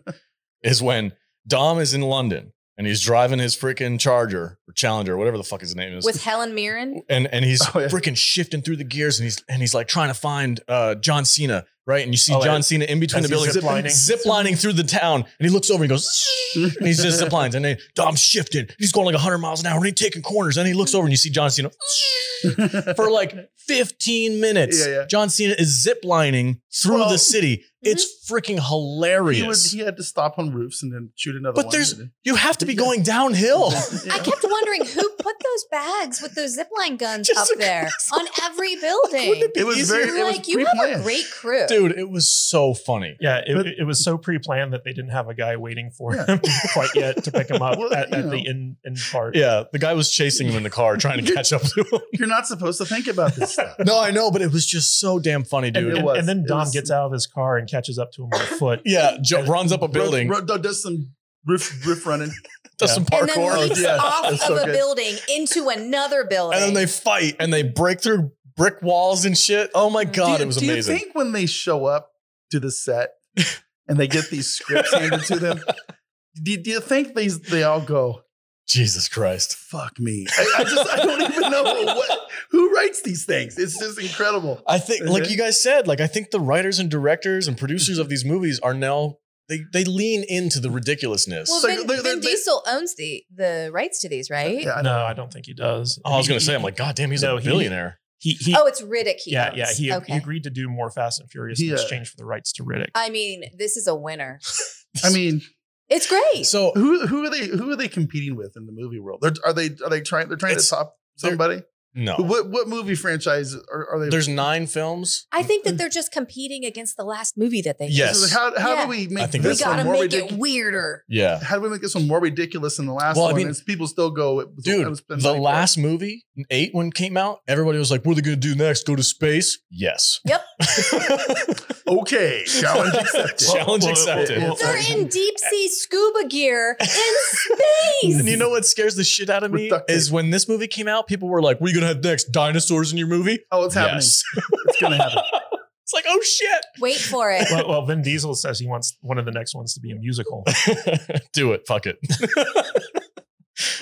Speaker 1: is when Dom is in London and he's driving his freaking Charger or Challenger, whatever the fuck his name is,
Speaker 2: with Helen Mirren.
Speaker 1: and and he's
Speaker 3: Oh, yeah.
Speaker 1: freaking shifting through the gears and he's and he's like trying to find uh John Cena, right? And you see
Speaker 4: Oh, yeah.
Speaker 1: John Cena in between
Speaker 4: As
Speaker 1: the
Speaker 4: he's
Speaker 1: buildings,
Speaker 4: ziplining.
Speaker 1: zip lining through the town, and he looks over and goes, "Shh," and he just zip lines, and then Dom's shifting, he's going like 100 miles an hour, and he's taking corners, and he looks over and you see John Cena "Shh," for like 15 minutes.
Speaker 3: Yeah, yeah.
Speaker 1: John Cena is ziplining through
Speaker 3: Well,
Speaker 1: the city. It's freaking
Speaker 3: he, was,
Speaker 1: hilarious.
Speaker 3: he had to stop on roofs and then shoot another
Speaker 1: But
Speaker 3: one.
Speaker 1: there's- you have to be going downhill.
Speaker 2: I kept wondering who put those bags with those zipline guns
Speaker 1: Just
Speaker 2: up
Speaker 1: a-
Speaker 2: there on every
Speaker 1: Wouldn't
Speaker 2: building.
Speaker 1: it be
Speaker 3: It was
Speaker 1: easier?
Speaker 3: very- it was
Speaker 2: like you have a
Speaker 3: pre-planned.
Speaker 2: great crew.
Speaker 1: Dude, it was so funny.
Speaker 4: Yeah, it,
Speaker 3: But-
Speaker 4: it was so pre-planned that they didn't have a guy waiting for
Speaker 3: Yeah.
Speaker 4: him quite yet to pick him up
Speaker 3: Well,
Speaker 4: at,
Speaker 3: you
Speaker 4: at
Speaker 3: know.
Speaker 4: the end, end part.
Speaker 1: Yeah, the guy was chasing him in the car trying to catch up to him.
Speaker 3: You're not supposed to think about this stuff.
Speaker 1: No, I know, but it was just so damn funny,
Speaker 4: and,
Speaker 1: dude.
Speaker 4: and-
Speaker 3: It was.
Speaker 4: and then
Speaker 3: It
Speaker 4: Dom
Speaker 3: was-
Speaker 4: gets out of his car and catches up to him on foot.
Speaker 1: yeah, jo- runs up a building,
Speaker 3: Ro- Ro- does some riff riff running.
Speaker 1: does some
Speaker 2: and then
Speaker 1: parkour, and
Speaker 2: leaps
Speaker 1: then,
Speaker 3: yeah,
Speaker 2: off of
Speaker 3: that's so
Speaker 2: a
Speaker 3: good.
Speaker 2: building into another building.
Speaker 1: they fight and they break through brick walls and shit. Oh my god,
Speaker 3: do, you-
Speaker 1: it was
Speaker 3: do
Speaker 1: amazing.
Speaker 3: you think when they show up to the set and they get these scripts handed to them, do, do you think they they all go,
Speaker 1: Jesus Christ.
Speaker 3: "Fuck me"? I, I just I don't even know what who writes these things. It's just incredible.
Speaker 1: I think, like you guys said, like I think the writers and directors and producers
Speaker 3: Mm-hmm.
Speaker 1: of these movies are now they they lean into the ridiculousness.
Speaker 2: well,
Speaker 3: So
Speaker 2: Vin,
Speaker 3: they're- they're-
Speaker 2: Vin
Speaker 3: they-
Speaker 2: Diesel owns the the rights to these, right?
Speaker 3: Yeah, I know.
Speaker 4: No, I don't think he does.
Speaker 1: oh, I was
Speaker 4: He-
Speaker 1: gonna say, I'm like, God damn, he's
Speaker 4: No,
Speaker 1: a
Speaker 4: he-
Speaker 1: billionaire.
Speaker 4: he, he,
Speaker 2: Oh, it's Riddick. he
Speaker 4: yeah,
Speaker 2: owns.
Speaker 4: yeah. He,
Speaker 2: okay.
Speaker 4: he agreed to do more Fast and Furious
Speaker 3: He,
Speaker 4: in
Speaker 3: uh,
Speaker 4: exchange for the rights to Riddick.
Speaker 2: I mean, this is a winner.
Speaker 3: I mean,
Speaker 2: It's great.
Speaker 1: So
Speaker 3: who who are they who are they competing with in the movie world? They're, are they are they trying they're trying
Speaker 1: It's- Oh.
Speaker 3: to top somebody?
Speaker 1: no,
Speaker 3: What what movie franchise are, are they?
Speaker 1: there's nine films.
Speaker 2: I think that they're just competing against the last movie that they.
Speaker 1: Yes.
Speaker 3: how how
Speaker 2: Yeah.
Speaker 3: do we make
Speaker 1: I think
Speaker 2: made. we
Speaker 3: this
Speaker 1: that's-
Speaker 2: gotta
Speaker 3: one more
Speaker 2: make
Speaker 3: ridiculous?
Speaker 2: it weirder.
Speaker 1: Yeah,
Speaker 3: How do we make this one more ridiculous than the last
Speaker 1: Well, I
Speaker 3: one?
Speaker 1: mean-
Speaker 3: and people still go, it was- it
Speaker 1: dude
Speaker 3: was spent
Speaker 1: the
Speaker 3: money for it.
Speaker 1: last movie eight when it came out everybody was like what are they gonna do next go to space yes
Speaker 2: Yep.
Speaker 3: Okay, challenge accepted.
Speaker 1: challenge
Speaker 4: Well, well,
Speaker 1: accepted
Speaker 4: well,
Speaker 2: They're in deep sea scuba gear in
Speaker 1: and
Speaker 2: space.
Speaker 1: you know what scares the shit out of
Speaker 3: With
Speaker 1: me
Speaker 3: duct tape.
Speaker 1: is when this movie came out people were like what are you gonna have next dinosaurs in your movie
Speaker 3: Oh, it's happening.
Speaker 1: yes
Speaker 3: It's gonna happen.
Speaker 1: it's like oh
Speaker 2: Wait for it.
Speaker 4: well, well, Vin Diesel says he wants one of the next ones to be a musical.
Speaker 1: shit do it fuck it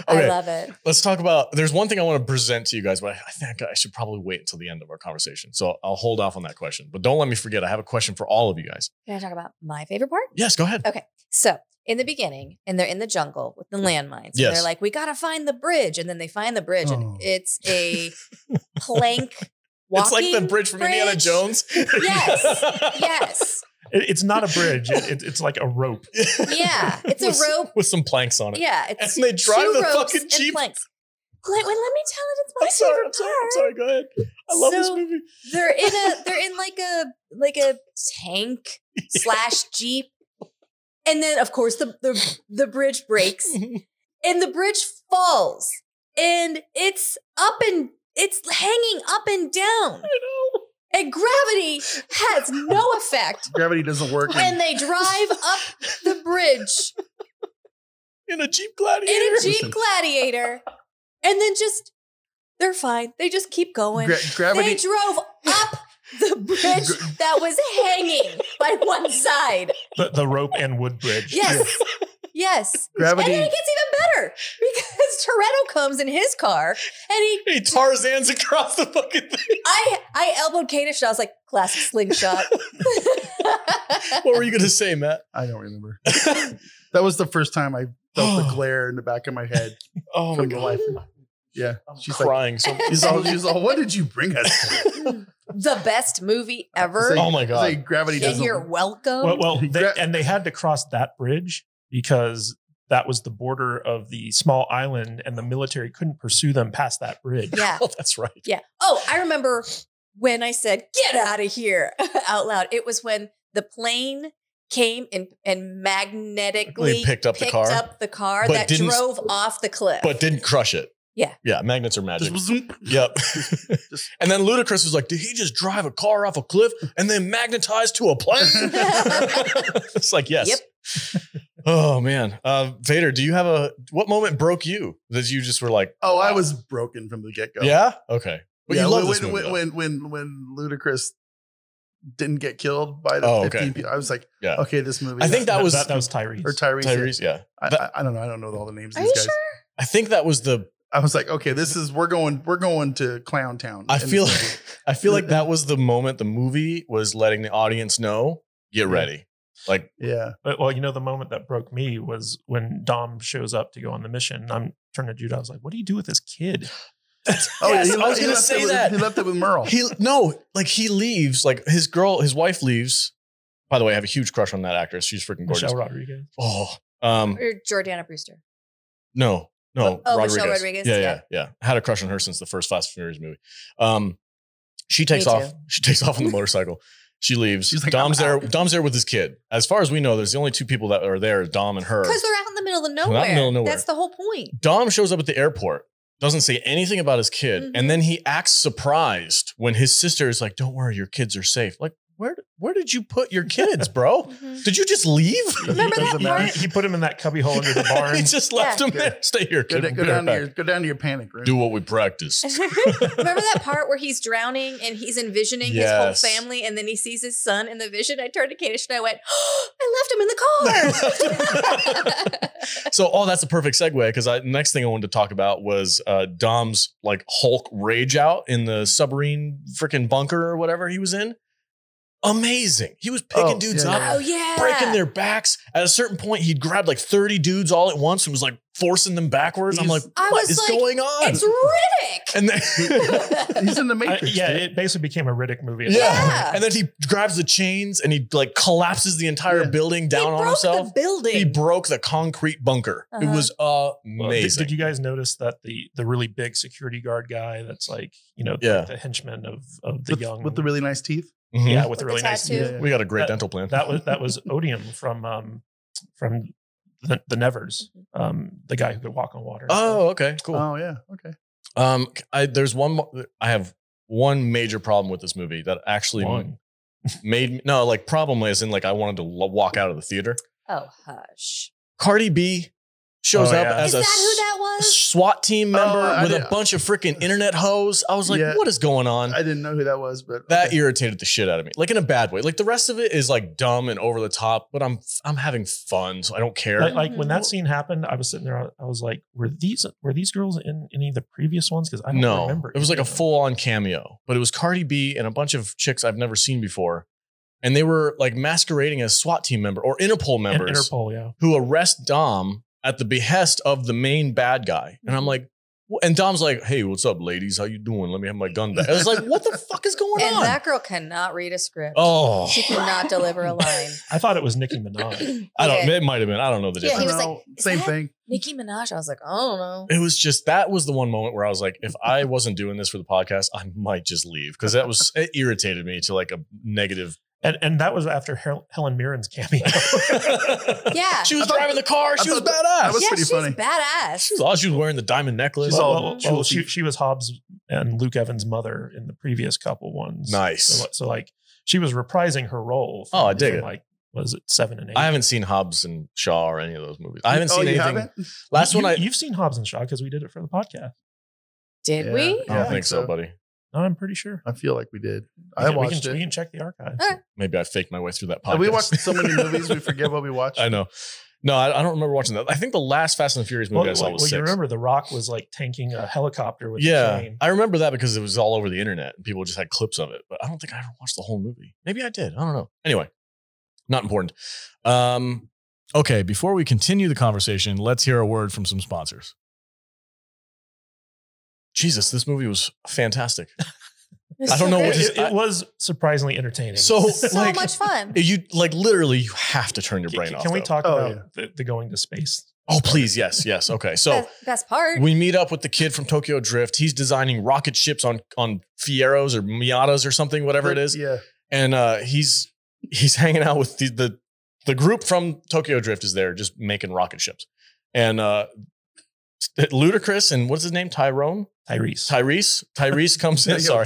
Speaker 1: Okay.
Speaker 2: I love it.
Speaker 1: Let's talk about. There's one thing I want to present to you guys, but I I think I should probably wait until the end of our conversation. So I'll hold off on that question. But don't let me forget. I have a question for all of you guys.
Speaker 2: Can I talk about my favorite part?
Speaker 1: Yes, go ahead.
Speaker 2: So in the beginning, and they're in the jungle with the landmines. And
Speaker 1: Yes.
Speaker 2: they're like, we gotta find the bridge, and then they find the bridge,
Speaker 3: Oh.
Speaker 2: and it's a plank.
Speaker 1: It's like the
Speaker 2: walking
Speaker 1: bridge from Indiana
Speaker 2: bridge.
Speaker 1: Jones.
Speaker 2: Yes. Yes.
Speaker 4: It- it's not a bridge. It, it- it's like a rope.
Speaker 2: Yeah. It's
Speaker 1: With-
Speaker 2: a rope.
Speaker 1: with some planks on it.
Speaker 2: Yeah. It's
Speaker 1: And they drive
Speaker 2: two
Speaker 1: the
Speaker 2: ropes
Speaker 1: fucking
Speaker 2: and
Speaker 1: jeep.
Speaker 2: planks. Let, well, let me tell it. It's my
Speaker 1: I'm sorry.
Speaker 2: favorite
Speaker 1: I'm sorry.
Speaker 2: part.
Speaker 1: I'm sorry. Go ahead. I love this
Speaker 2: So-
Speaker 1: movie.
Speaker 2: They're in a they're in like a like a tank slash jeep. And then of course the the, the bridge breaks and the bridge falls and it's up and it's hanging up and down. And gravity has no effect.
Speaker 3: Gravity doesn't work.
Speaker 2: And they drive up the bridge
Speaker 1: In a Jeep Gladiator.
Speaker 2: in a
Speaker 3: Listen.
Speaker 2: Jeep Gladiator and then just they're fine. They just keep going.
Speaker 3: gra-
Speaker 2: They
Speaker 3: gravity.
Speaker 2: drove up the bridge that was hanging by one side.
Speaker 4: The, the rope and wood bridge.
Speaker 2: Yes. Yes. And then
Speaker 3: Gravity.
Speaker 2: it gets even better because Toretto comes in his car and he
Speaker 1: He Tarzan's across the fucking thing.
Speaker 2: I I elbowed Kadish and I was like, classic slingshot.
Speaker 1: What were you gonna say, Matt?
Speaker 3: I don't remember. That was the first time I felt the glare in the back of my head.
Speaker 1: oh my
Speaker 3: From the
Speaker 1: god,
Speaker 3: life. Yeah.
Speaker 1: I'm
Speaker 3: She's like,
Speaker 1: crying. so,
Speaker 3: she's all, she's all, what did you bring us? to?"
Speaker 2: the best movie ever.
Speaker 3: It's like-
Speaker 1: oh my
Speaker 3: it's
Speaker 1: god.
Speaker 3: like gravity
Speaker 2: and
Speaker 3: doesn't
Speaker 2: you're welcome.
Speaker 4: Well, well they,
Speaker 3: Gra-
Speaker 4: and they had to cross that bridge because that was the border of the small island, and the military couldn't pursue them past that bridge.
Speaker 2: yeah.
Speaker 1: oh, that's right.
Speaker 2: Yeah. Oh, I remember when I said, get out of here out loud. It was when the plane came and, and magnetically
Speaker 1: They picked up the car.
Speaker 2: up the car
Speaker 1: But
Speaker 2: that
Speaker 1: didn't-
Speaker 2: drove off the cliff.
Speaker 1: But didn't crush it.
Speaker 2: Yeah.
Speaker 1: Yeah. Magnets are magic.
Speaker 3: Just zoom.
Speaker 1: Yep. and then Ludacris was like, "Did he just drive a car off a cliff and then magnetize to a plane?" it's like, yes.
Speaker 2: Yep.
Speaker 1: oh man, uh, Vader, do you have a what moment broke you that you just were like,
Speaker 3: Oh, I was broken from the get go.
Speaker 1: yeah, okay, but
Speaker 3: yeah,
Speaker 1: you love
Speaker 3: when,
Speaker 1: this
Speaker 3: when,
Speaker 1: movie, though.
Speaker 3: when, when when Ludacris didn't get killed by the
Speaker 1: Oh,
Speaker 3: 15
Speaker 1: okay.
Speaker 3: people, I was like,
Speaker 1: Yeah.
Speaker 3: okay, this movie.
Speaker 1: I think that was-
Speaker 4: that, was Tyrese.
Speaker 3: or Tyrese.
Speaker 1: Tyrese, yeah,
Speaker 3: I,
Speaker 1: That-
Speaker 3: I, I don't know. I don't know all the names.
Speaker 2: Are
Speaker 3: of these
Speaker 2: you
Speaker 3: guys.
Speaker 2: sure?
Speaker 1: I think that was the.
Speaker 3: I was like, okay, this is we're going we're going to Clown Town.
Speaker 1: I
Speaker 3: in this
Speaker 1: feel,
Speaker 3: movie.
Speaker 1: I feel like that was the moment the movie was letting the audience know, get ready, like
Speaker 3: yeah.
Speaker 4: But well, you know, the moment that broke me was when Dom shows up to go on the mission. and I'm turning to Jude. I was like, "What do you do with this kid?"
Speaker 1: Yes, I
Speaker 3: le-
Speaker 1: was gonna
Speaker 3: Oh, left
Speaker 1: say
Speaker 3: it with-
Speaker 1: that.
Speaker 3: he left it with Merle.
Speaker 1: he no, like he leaves, like his girl, his wife leaves. By the way, I have a huge crush on that actress. She's freaking gorgeous.
Speaker 4: Michelle Rodriguez.
Speaker 1: Oh, um,
Speaker 2: Or Jordana Brewster.
Speaker 1: no, no,
Speaker 2: Oh,
Speaker 1: Rodriguez.
Speaker 2: Michelle Rodriguez,
Speaker 1: Yeah, yeah,
Speaker 2: yeah.
Speaker 1: yeah. I had a crush on her since the first Fast and Furious movie. Um, she takes
Speaker 2: Me
Speaker 1: off.
Speaker 2: too.
Speaker 1: She takes off on the motorcycle. She leaves.
Speaker 3: She's like,
Speaker 1: Dom's
Speaker 3: "I'm
Speaker 1: there.
Speaker 3: out."
Speaker 1: Dom's there with his kid. As far as we know, there's the only two people that are there: Dom and her.
Speaker 2: Because they're out in the middle of
Speaker 1: in the
Speaker 2: nowhere.
Speaker 1: middle of nowhere.
Speaker 2: That's the whole point.
Speaker 1: Dom shows up at the airport, doesn't say anything about his kid,
Speaker 2: Mhm.
Speaker 1: and then he acts surprised when his sister is like, "Don't worry, your kids are safe." Like, where where did you put your kids, bro? Did you just leave?
Speaker 2: Remember
Speaker 3: Doesn't
Speaker 2: that
Speaker 3: matter.
Speaker 2: part?
Speaker 4: He, he put him in that cubbyhole under the barn.
Speaker 1: he just left
Speaker 2: Yeah.
Speaker 1: him there. Stay here, kid.
Speaker 3: Go, da-
Speaker 1: We'll
Speaker 3: go
Speaker 1: be right
Speaker 3: down to
Speaker 1: back.
Speaker 3: your go down to your panic room.
Speaker 1: Do what we practice.
Speaker 2: Remember that part where he's drowning and he's envisioning
Speaker 1: Yes.
Speaker 2: his whole family and then he sees his son in the vision? I turned to Kadish and I went, oh, I left him in the car.
Speaker 1: so, oh, that's a perfect segue because I next thing I wanted to talk about was uh, Dom's like Hulk rage out in the submarine freaking bunker or whatever he was in. Amazing. He was picking
Speaker 3: Oh,
Speaker 1: dudes
Speaker 3: yeah,
Speaker 1: up.
Speaker 3: yeah.
Speaker 2: oh, yeah.
Speaker 1: Breaking their backs. At a certain point, he'd grabbed like 30 dudes all at once and was like forcing them backwards. I'm like,
Speaker 3: He's-
Speaker 1: what is
Speaker 2: I was like,
Speaker 1: going on?
Speaker 2: It's Riddick.
Speaker 1: and then
Speaker 3: He's in the
Speaker 4: I-
Speaker 3: Matrix.
Speaker 4: yeah,
Speaker 3: dude.
Speaker 4: it basically became a Riddick movie. at
Speaker 1: Yeah.
Speaker 4: that point.
Speaker 2: Yeah.
Speaker 1: And then he grabs the chains and he like collapses the entire
Speaker 3: Yeah.
Speaker 1: building down
Speaker 2: he
Speaker 1: on
Speaker 2: broke
Speaker 1: himself.
Speaker 2: the building.
Speaker 1: He broke the concrete bunker. It
Speaker 2: Uh-huh.
Speaker 1: was
Speaker 4: Well, did-
Speaker 1: amazing.
Speaker 4: Did, you guys notice that the the really big security guard guy that's like you know
Speaker 1: Yeah.
Speaker 4: the, the henchman of of the
Speaker 3: with,
Speaker 4: young
Speaker 3: with the really nice teeth.
Speaker 1: Mhm.
Speaker 4: yeah with, the
Speaker 2: With the
Speaker 4: really nice
Speaker 2: tattoo.
Speaker 4: teeth.
Speaker 3: Yeah.
Speaker 1: We got a great dental plan.
Speaker 4: that was that was Odium from um from the, the Nevers um the guy who could walk on water.
Speaker 1: oh, okay, cool.
Speaker 3: Oh yeah. Okay.
Speaker 1: um, I, there's one. mo- I have one major problem with this movie that actually
Speaker 4: One.
Speaker 1: made me, no like problem as in like I wanted to lo- walk out of the theater.
Speaker 2: oh, hush.
Speaker 1: Cardi B shows
Speaker 4: Oh,
Speaker 1: up
Speaker 4: yeah.
Speaker 1: as
Speaker 2: Is
Speaker 1: a
Speaker 2: that who that
Speaker 1: s-
Speaker 2: was?
Speaker 1: SWAT team member
Speaker 3: Oh, I
Speaker 1: with a
Speaker 3: didn't-
Speaker 1: bunch of freaking internet hoes. I was like,
Speaker 3: Yeah.
Speaker 1: what is going on?
Speaker 3: I didn't know who that was, but
Speaker 1: that
Speaker 3: okay.
Speaker 1: irritated the shit out of me, like in a bad way. Like the rest of it is like dumb and over the top, but I'm I'm having fun, so I don't care.
Speaker 4: Like, like when
Speaker 2: Mhm.
Speaker 4: that scene happened, I was sitting there. I- I was like, "Were these were these girls in any of the previous ones?" Because I don't
Speaker 1: no,
Speaker 4: remember.
Speaker 1: it was like a
Speaker 4: any of them.
Speaker 1: full on cameo, but it was Cardi B and a bunch of chicks I've never seen before, and they were like masquerading as SWAT team member or Interpol
Speaker 4: And
Speaker 1: members
Speaker 4: Interpol. Yeah,
Speaker 1: who arrest Dom at the behest of the main bad guy, and
Speaker 3: Mm-hmm.
Speaker 1: I'm like. wh- And Dom's like, "Hey, what's up, ladies? How you doing? Let me have my gun back." I was like, "What the fuck is going
Speaker 2: and
Speaker 1: on?"
Speaker 2: that girl cannot read a script.
Speaker 1: oh,
Speaker 2: She cannot deliver a line.
Speaker 4: I thought it was Nicki Minaj.
Speaker 1: I don't.
Speaker 2: Okay.
Speaker 1: It might have been. I don't know the
Speaker 2: Yeah,
Speaker 1: difference.
Speaker 2: he was
Speaker 3: I don't
Speaker 2: like,
Speaker 3: know.
Speaker 2: "Is
Speaker 3: same
Speaker 2: that-
Speaker 3: thing.
Speaker 2: Nicki Minaj. I was like, I don't know.
Speaker 1: it was just that was the one moment where I was like, if I wasn't doing this for the podcast, I might just leave because that was it irritated me to like a negative.
Speaker 4: and and that was after Hel- Helen Mirren's cameo.
Speaker 2: Yeah.
Speaker 1: she
Speaker 3: I
Speaker 1: was
Speaker 3: thought-
Speaker 1: driving the car.
Speaker 3: I
Speaker 1: She was
Speaker 3: thought that-
Speaker 1: badass.
Speaker 3: that was
Speaker 2: yeah,
Speaker 3: pretty
Speaker 2: she's
Speaker 3: funny.
Speaker 2: badass.
Speaker 1: she was all she was wearing the diamond necklace.
Speaker 3: She's
Speaker 4: Well,
Speaker 3: all
Speaker 4: well, well,
Speaker 3: juicy.
Speaker 4: she she was Hobbs and Luke Evans' mother in the previous couple ones.
Speaker 1: Nice.
Speaker 4: So, so, like she was reprising her role.
Speaker 1: Oh, I dig
Speaker 4: from,
Speaker 1: it.
Speaker 4: Like was it seven and eight?
Speaker 1: I haven't seen Hobbs and Shaw or any of those movies. I haven't
Speaker 3: oh,
Speaker 1: seen
Speaker 3: you
Speaker 1: anything.
Speaker 3: Haven't?
Speaker 1: Last
Speaker 4: you,
Speaker 1: one I,
Speaker 4: you've seen Hobbs and Shaw because we did it for the podcast.
Speaker 2: Did
Speaker 3: Yeah.
Speaker 2: we?
Speaker 1: I don't think so, buddy.
Speaker 4: No, I'm pretty sure.
Speaker 3: I feel like we did.
Speaker 4: We
Speaker 3: I
Speaker 4: can- we
Speaker 3: watched
Speaker 4: can,
Speaker 3: it.
Speaker 4: We can check the archive.
Speaker 1: Maybe I faked my way through that podcast.
Speaker 3: And we watched so many movies, we forget what we watched.
Speaker 1: I know. No, I, I don't remember watching that. I think the last Fast and the Furious movie
Speaker 4: Well,
Speaker 1: I saw
Speaker 4: well,
Speaker 1: was
Speaker 4: well, you
Speaker 1: six.
Speaker 4: remember The Rock was like tanking a helicopter with a
Speaker 1: yeah,
Speaker 4: train.
Speaker 1: I remember that because it was all over the internet and people just had clips of it. But I don't think I ever watched the whole movie. Maybe I did. I don't know. Anyway, not important. Um, okay, before we continue the conversation, let's hear a word from some sponsors. Jesus, this movie was fantastic. I don't know what
Speaker 4: It,
Speaker 1: Which is-
Speaker 4: it- it was surprisingly entertaining.
Speaker 1: So,
Speaker 2: So
Speaker 1: like,
Speaker 2: much fun.
Speaker 1: you like literally, you have to turn your
Speaker 4: Can-
Speaker 1: brain
Speaker 4: can,
Speaker 1: off.
Speaker 4: we
Speaker 1: though.
Speaker 4: talk
Speaker 3: Oh,
Speaker 4: about the, the going to space?
Speaker 1: Oh, please, yes, yes. Okay, so
Speaker 2: best, best part.
Speaker 1: we meet up with the kid from Tokyo Drift. He's designing rocket ships on on Fieros or Miatas or something, whatever it is.
Speaker 3: Yeah.
Speaker 1: and uh, he's he's hanging out with the, the the group from Tokyo Drift is there just making rocket ships, and uh, Ludacris and what's his name Tyrone
Speaker 4: Tyrese.
Speaker 1: Tyrese Tyrese comes
Speaker 3: Yeah,
Speaker 1: in. Sorry,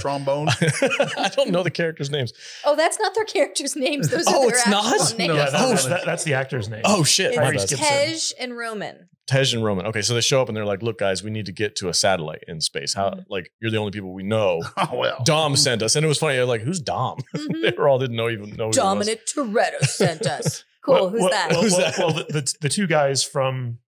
Speaker 3: Trombone.
Speaker 1: I don't know the characters' names.
Speaker 2: oh, that's not their characters' names. Those
Speaker 1: Oh,
Speaker 2: are their
Speaker 1: it's not?
Speaker 2: actual
Speaker 1: No,
Speaker 2: names.
Speaker 4: Yeah, that-
Speaker 1: Oh,
Speaker 4: that's-
Speaker 1: sh-
Speaker 4: that- that's the actor's name.
Speaker 1: Oh shit, my
Speaker 4: Tyrese
Speaker 1: bad.
Speaker 2: it's
Speaker 4: Gibson.
Speaker 2: Tej and Roman.
Speaker 1: Tej and Roman. Okay, so they show up and they're like, "Look, guys, we need to get to a satellite in space. How like you're the only people we know."
Speaker 3: Oh well.
Speaker 1: Dom sent us, and it was funny. I was like, "who's Dom?" they
Speaker 2: Mhm.
Speaker 1: were all didn't know even know. who he was.
Speaker 2: Dominic Toretto sent us. Cool.
Speaker 4: Well,
Speaker 2: who's
Speaker 4: well,
Speaker 2: that?
Speaker 4: Well,
Speaker 1: Who's
Speaker 4: well-
Speaker 1: that?
Speaker 4: well, the, the, the two guys from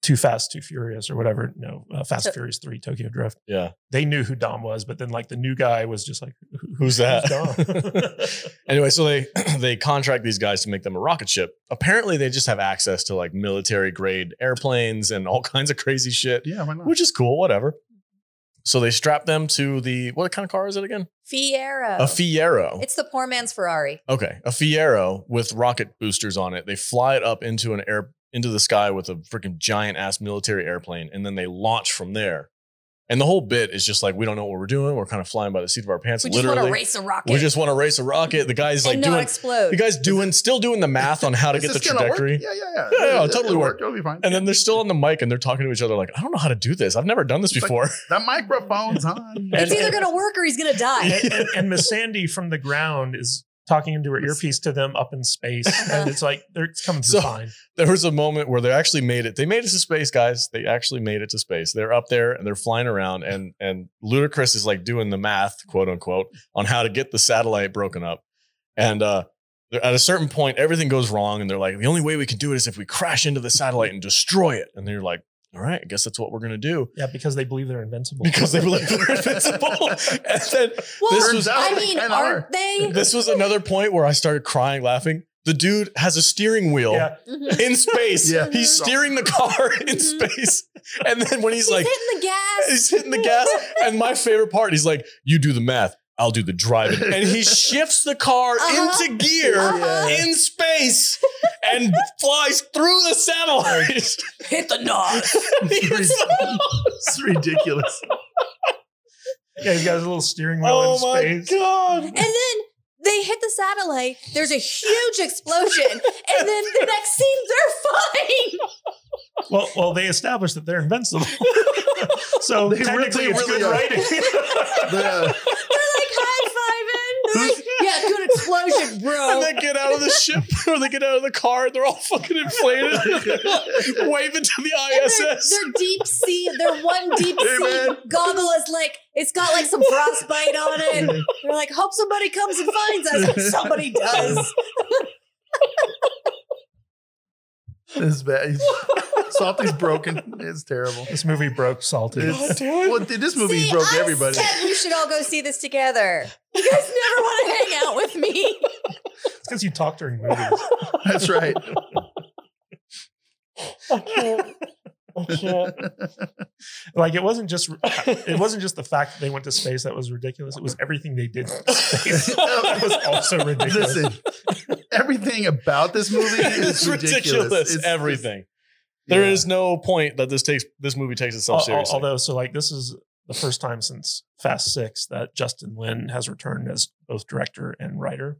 Speaker 4: Too Fast, Too Furious, or whatever. No, uh, Fast
Speaker 2: To-
Speaker 4: and Furious Three, Tokyo Drift.
Speaker 1: Yeah,
Speaker 4: They knew who Dom was, but then like the new guy was just like, who- who-
Speaker 1: who's that?
Speaker 4: Who's Dom?
Speaker 1: Anyway, so they they contract these guys to make them a rocket ship. Apparently, they just have access to like military grade airplanes and all kinds of crazy shit,
Speaker 3: Yeah, why not?
Speaker 1: which is cool. Whatever. So they strap them to the what kind of car is it again?
Speaker 2: Fiero.
Speaker 1: A Fiero.
Speaker 2: It's the poor man's Ferrari.
Speaker 1: Okay, a Fiero with rocket boosters on it. They fly it up into an air into the sky with a freaking giant ass military airplane, and then they launch from there. And the whole bit is just like we don't know what we're doing. We're kind of flying by the seat of our pants.
Speaker 2: We just want
Speaker 1: literally,
Speaker 2: to race a rocket.
Speaker 1: we just want to race a rocket. The guy's like
Speaker 2: and
Speaker 1: doing
Speaker 2: not explode.
Speaker 1: the guy's doing still doing the math on how to
Speaker 3: Is
Speaker 1: get the
Speaker 3: this gonna work?
Speaker 1: trajectory.
Speaker 3: Yeah, yeah, yeah.
Speaker 1: Yeah, yeah, it'll
Speaker 3: It-
Speaker 1: totally
Speaker 3: it'll
Speaker 1: work.
Speaker 3: It'll be fine.
Speaker 1: And then they're still on the mic and they're talking to each other like, I don't know how to do this. I've never done this
Speaker 3: It's like-
Speaker 1: before.
Speaker 3: that microphone's on.
Speaker 2: it's
Speaker 4: And-
Speaker 2: either going to work or he's going to die.
Speaker 4: and, and, and Miss Sandy from the ground is talking into her earpiece to them up in space, and it's like they're it's coming
Speaker 1: So-
Speaker 4: through fine.
Speaker 1: there was a moment where they actually made it. They made it to space, guys. They actually made it to space. They're up there and they're flying around and and Ludacris is like doing the math, quote unquote, on how to get the satellite broken up. And uh they're- at a certain point, everything goes wrong, and they're like, the only way we can do it is if we crash into the satellite and destroy it. And they're like, all right, I guess that's what we're gonna do
Speaker 4: Yeah, because they believe they're invincible.
Speaker 1: because they believe we're invincible. And then
Speaker 2: well,
Speaker 1: This
Speaker 3: was-
Speaker 2: I mean,
Speaker 3: and are.
Speaker 2: aren't they?
Speaker 1: this was another point where I started crying laughing. The dude has a steering wheel
Speaker 4: yeah,
Speaker 2: Mhm.
Speaker 1: in space.
Speaker 3: Yeah.
Speaker 1: He's steering the car in
Speaker 2: Mhm.
Speaker 1: space. And then when he's,
Speaker 2: He's
Speaker 1: like,
Speaker 2: hitting the gas.
Speaker 1: he's hitting the gas. And my favorite part, he's like, you do the math, I'll do the driving. And he shifts the car
Speaker 2: Uh-huh.
Speaker 1: into gear
Speaker 2: Uh-huh.
Speaker 1: in space and flies through the satellite.
Speaker 2: Hit the knob.
Speaker 1: He's so-
Speaker 3: It's ridiculous.
Speaker 4: yeah, he's got his little steering wheel
Speaker 1: oh
Speaker 4: in
Speaker 1: my
Speaker 4: space.
Speaker 1: God.
Speaker 2: And then they hit the satellite. There's a huge explosion. and then the next scene, they're fine.
Speaker 4: Well, well, they established that they're invincible. so
Speaker 3: They
Speaker 4: technically,
Speaker 3: really-
Speaker 4: it's
Speaker 3: really
Speaker 4: good
Speaker 3: are.
Speaker 4: writing.
Speaker 3: The, uh,
Speaker 2: They're like high fiving. They're like, yeah, good explosion, bro.
Speaker 1: And they get out of the ship or they get out of the car and they're all fucking inflated, waving to
Speaker 2: And
Speaker 1: the
Speaker 2: they're,
Speaker 1: ISS.
Speaker 2: they're deep sea. They're one deep
Speaker 3: Hey,
Speaker 2: sea
Speaker 3: man.
Speaker 2: goggle is like it's got like some frostbite on it. They're like, hope somebody comes and finds us. And somebody does.
Speaker 3: It's bad. Salty's broken. It's terrible.
Speaker 4: This movie broke salted.
Speaker 3: It's-
Speaker 1: damn.
Speaker 3: Well, dude, this movie
Speaker 2: See,
Speaker 3: broke
Speaker 2: I
Speaker 3: everybody.
Speaker 2: Said we should all go see this together. You guys never want to hang out with me.
Speaker 4: It's because you talk during movies.
Speaker 3: That's right.
Speaker 1: I can't. I can't.
Speaker 4: Like it wasn't just uh, it wasn't just the fact that they went to space that was ridiculous. It was everything they did in space that was also ridiculous.
Speaker 3: Listen, everything about this movie
Speaker 1: it's
Speaker 3: is ridiculous.
Speaker 1: ridiculous.
Speaker 3: It's-
Speaker 1: Everything.
Speaker 3: yeah.
Speaker 1: There is no point that this takes this movie takes itself
Speaker 4: Al- al-
Speaker 1: seriously.
Speaker 4: Although, so like this is the first time since Fast Six that Justin Lin has returned as both director and writer,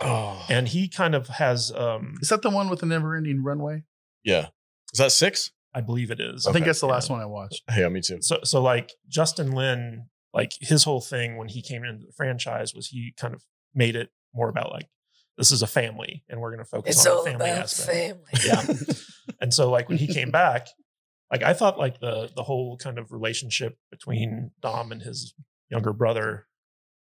Speaker 1: oh,
Speaker 4: and he kind of has, um,
Speaker 3: Is that the one with the never-ending runway?
Speaker 1: yeah. Is that six?
Speaker 4: I believe it is.
Speaker 3: I think
Speaker 1: Okay,
Speaker 3: that's the
Speaker 4: yeah.
Speaker 3: last one I watched.
Speaker 1: Yeah, me too.
Speaker 4: So, so like Justin Lin, like his whole thing when he came into the franchise was he kind of made it more about like this is a family, and we're going to focus on the family aspect. yeah. and so like when he came back, like I thought like the the whole kind of relationship between Dom and his younger brother,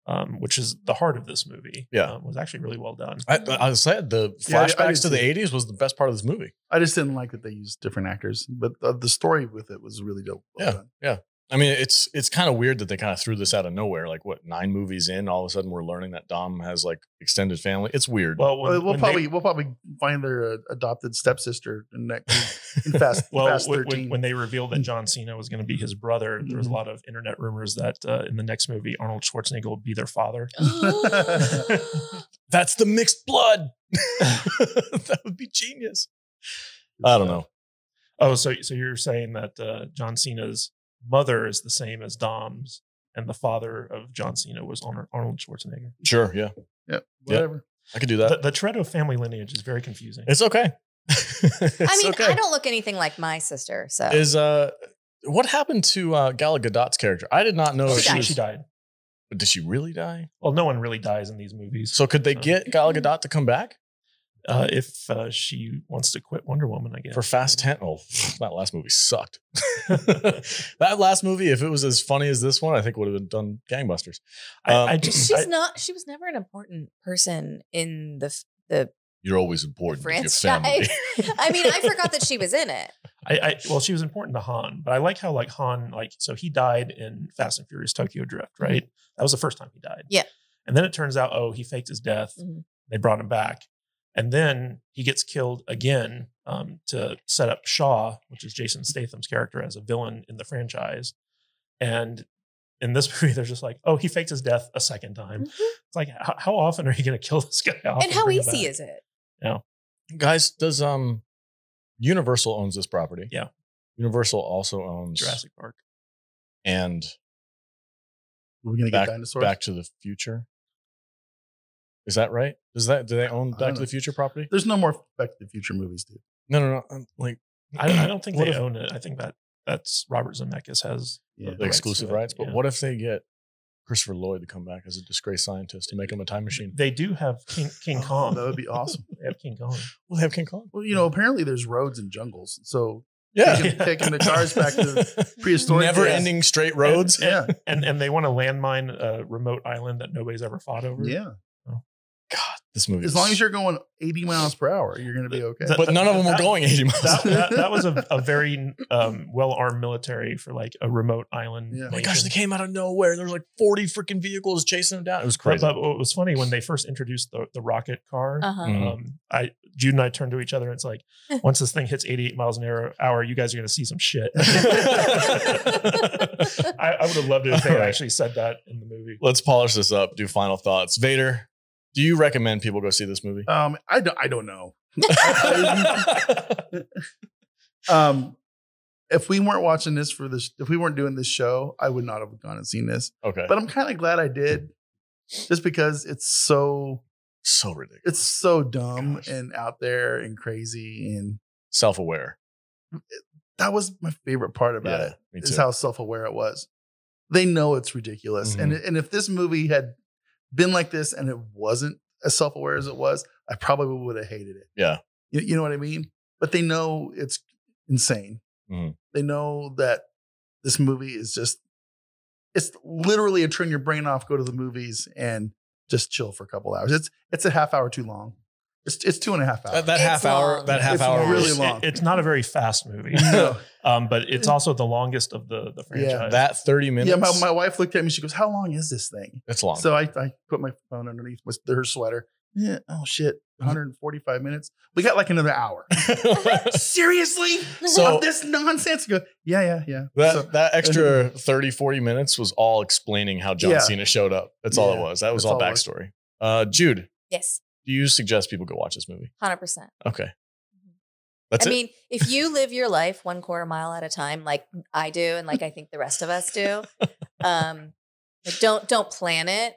Speaker 4: um, which is the heart of this movie,
Speaker 1: Yeah.
Speaker 4: um, was actually really well done.
Speaker 1: I, I said the
Speaker 3: Yeah, I- I
Speaker 1: flashbacks
Speaker 3: did
Speaker 1: to the
Speaker 3: too.
Speaker 1: '80s was the best part of this movie.
Speaker 3: I just didn't like that they used different actors, but the, the story with it was really dope. Well done.
Speaker 1: I mean, it's it's kind of weird that they kind of threw this out of nowhere. Like, what nine movies in, all of a sudden we're learning that Dom has like extended family. It's weird.
Speaker 4: Well, when,
Speaker 3: Well, we'll
Speaker 4: when
Speaker 3: probably
Speaker 4: they,
Speaker 3: we'll probably find their uh, adopted stepsister in that in Fast,
Speaker 4: well
Speaker 3: Fast
Speaker 4: when- when-
Speaker 3: Thirteen.
Speaker 4: when they revealed that John Cena was going to be his brother, there was a
Speaker 3: Mhm.
Speaker 4: lot of internet rumors that uh, in the next movie Arnold Schwarzenegger will be their father.
Speaker 1: That's the mixed blood. that would be genius. I don't know.
Speaker 4: Oh, so so you're saying that uh, John Cena's mother is the same as Dom's, and the father of John Cena was Arnold Arnold Schwarzenegger.
Speaker 1: Sure. Yeah,
Speaker 3: yeah, whatever.
Speaker 1: I could do
Speaker 4: The,
Speaker 1: that.
Speaker 4: the Toretto family lineage is very confusing.
Speaker 1: It's okay.
Speaker 2: I
Speaker 1: It's
Speaker 2: mean,
Speaker 1: okay.
Speaker 2: I don't look anything like my sister, so
Speaker 1: Is uh, what happened to uh, Gal Gadot's character? I did not know.
Speaker 4: Oh,
Speaker 1: if
Speaker 2: She
Speaker 4: she,
Speaker 2: died.
Speaker 1: was-
Speaker 4: she died.
Speaker 1: Did she really die?
Speaker 4: Well, no one really dies in these movies.
Speaker 1: So could they
Speaker 4: Uh,
Speaker 1: get Gal Gadot to come back
Speaker 4: uh, if uh, she wants to quit Wonder Woman, I guess
Speaker 1: for Fast Ten? Oh, that last movie sucked. that last movie, if it was as funny as this one, I think would have been done gangbusters.
Speaker 4: I,
Speaker 1: Um,
Speaker 4: I just
Speaker 2: she's
Speaker 4: I,
Speaker 2: not. She was never an important person in the f- the
Speaker 1: You're always important with your
Speaker 2: franchise.
Speaker 1: family.
Speaker 2: I mean, I forgot that she was in it.
Speaker 4: I, I well, she was important to Han, but I like how like Han like so he died in Fast and Furious Tokyo Drift, right? That was the first time he died.
Speaker 2: Mm-hmm. Yeah.
Speaker 4: and then it turns out oh he faked his death.
Speaker 2: Mhm.
Speaker 4: They brought him back, and then he gets killed again um, to set up Shaw, which is Jason Statham's character as a villain in the franchise, and. In this movie, they're just like, oh, he faked his death a second time. It's like, how, how often are you going to kill this guy off?
Speaker 2: Mm-hmm. And how
Speaker 4: bring him
Speaker 2: easy
Speaker 4: back?
Speaker 2: is it?
Speaker 1: Guys, does um, Universal owns this property?
Speaker 4: Yeah.
Speaker 1: Universal also owns
Speaker 4: Jurassic Park?
Speaker 1: and
Speaker 3: We're gonna
Speaker 1: back,
Speaker 3: get dinosaurs.
Speaker 1: Back to the Future. Is that right? Does that do they own
Speaker 3: I
Speaker 1: Back
Speaker 3: don't
Speaker 1: to
Speaker 3: know.
Speaker 1: the Future property?
Speaker 3: There's no more Back to the Future movies, dude.
Speaker 1: No, no, no. I'm, like
Speaker 4: I don't, I don't think
Speaker 1: What
Speaker 4: they
Speaker 1: if-
Speaker 4: own it. I think that that's Robert Zemeckis has
Speaker 3: Yeah.
Speaker 1: the exclusive
Speaker 4: to it,
Speaker 1: rights. But
Speaker 4: yeah.
Speaker 1: what if they get Christopher Lloyd to come back as a disgraced scientist to make him a time machine?
Speaker 4: They do have King King
Speaker 3: Oh,
Speaker 4: Kong.
Speaker 3: that would be awesome.
Speaker 4: They have King Kong.
Speaker 1: We'll have King Kong.
Speaker 3: Well, you know, apparently there's roads and jungles, so
Speaker 1: Yeah.
Speaker 3: taking, taking the cars back to prehistoric.
Speaker 1: Never
Speaker 3: days.
Speaker 1: ending straight roads.
Speaker 3: Yeah,
Speaker 4: And and they want to landmine a remote island that nobody's ever fought over.
Speaker 3: yeah.
Speaker 1: God, this movie.
Speaker 3: As
Speaker 1: is-
Speaker 3: long as you're going 80 miles per hour, you're gonna be okay.
Speaker 4: That-
Speaker 1: but none of them were
Speaker 4: that-
Speaker 1: going 80 miles.
Speaker 4: That, that, that was a, a very um, well armed military for like a remote island.
Speaker 3: Yeah.
Speaker 1: oh my
Speaker 4: nation.
Speaker 1: gosh, they came out of nowhere. There's like 40 freaking vehicles chasing them down. It was
Speaker 4: But-
Speaker 1: crazy.
Speaker 4: But what was funny when they first introduced the, the rocket car,
Speaker 2: Uh huh.
Speaker 1: Mm.
Speaker 4: um, I Jude and I turned to each other and it's like, once this thing hits 88 miles an hour, hour you guys are going to see some shit. I, I would have loved it if they
Speaker 1: All right.
Speaker 4: actually said that in the movie.
Speaker 1: Let's polish this up. Do final thoughts. Vader, do you recommend people go see this movie?
Speaker 3: um, I don't, I don't know. um, if we weren't watching this for this, if we weren't doing this show, I would not have gone and seen this.
Speaker 1: okay.
Speaker 3: But I'm kind of glad I did, just because it's so
Speaker 1: so ridiculous.
Speaker 3: it's so dumb
Speaker 1: Gosh.
Speaker 3: and out there and crazy, and
Speaker 1: Self aware.
Speaker 3: that was my favorite part about it.
Speaker 1: Me
Speaker 3: is
Speaker 1: too.
Speaker 3: how self aware it was.
Speaker 1: Mm-hmm.
Speaker 3: They know it's ridiculous, and and if this movie had been like this and it wasn't as self aware as it was, I probably would have hated it.
Speaker 1: Yeah.
Speaker 3: You, you know what I mean? But they know it's insane.
Speaker 1: Mhm.
Speaker 3: They know that this movie is just, it's literally a turn your brain off, go to the movies and just chill for a couple hours. It's it's a half hour too long. It's it's two and a half hours.
Speaker 1: That, that
Speaker 2: It's
Speaker 1: half hour,
Speaker 2: long.
Speaker 1: that half
Speaker 3: It's
Speaker 1: hour,
Speaker 3: really
Speaker 1: was-
Speaker 3: long.
Speaker 4: it's not a very fast movie,
Speaker 3: No.
Speaker 4: um, but it's also the longest of the the
Speaker 3: Yeah,
Speaker 4: franchise.
Speaker 1: that thirty minutes.
Speaker 3: yeah, my, my wife looked at me. She goes, "How long is this thing?"
Speaker 1: that's long.
Speaker 3: So I, I put my phone underneath my, her sweater. Yeah. Oh shit. 145 minutes. We got like another hour. Seriously?
Speaker 1: So-
Speaker 3: Of this nonsense? You Go, yeah, yeah, yeah.
Speaker 1: that
Speaker 3: So
Speaker 1: that extra 30, 40 minutes was all explaining how John
Speaker 3: Yeah.
Speaker 1: Cena showed up. That's all it
Speaker 3: Yeah,
Speaker 1: was. That was
Speaker 3: that's
Speaker 1: all
Speaker 3: all it was.
Speaker 1: backstory. Uh, Jude,
Speaker 2: Yes,
Speaker 1: do you suggest people go watch this movie?
Speaker 2: 100%.
Speaker 1: Okay, that's
Speaker 2: Mm-hmm. I
Speaker 1: it.
Speaker 2: mean, if you live your life one quarter mile at a time, like I do, and like I think the rest of us do, um, like don't don't plan it.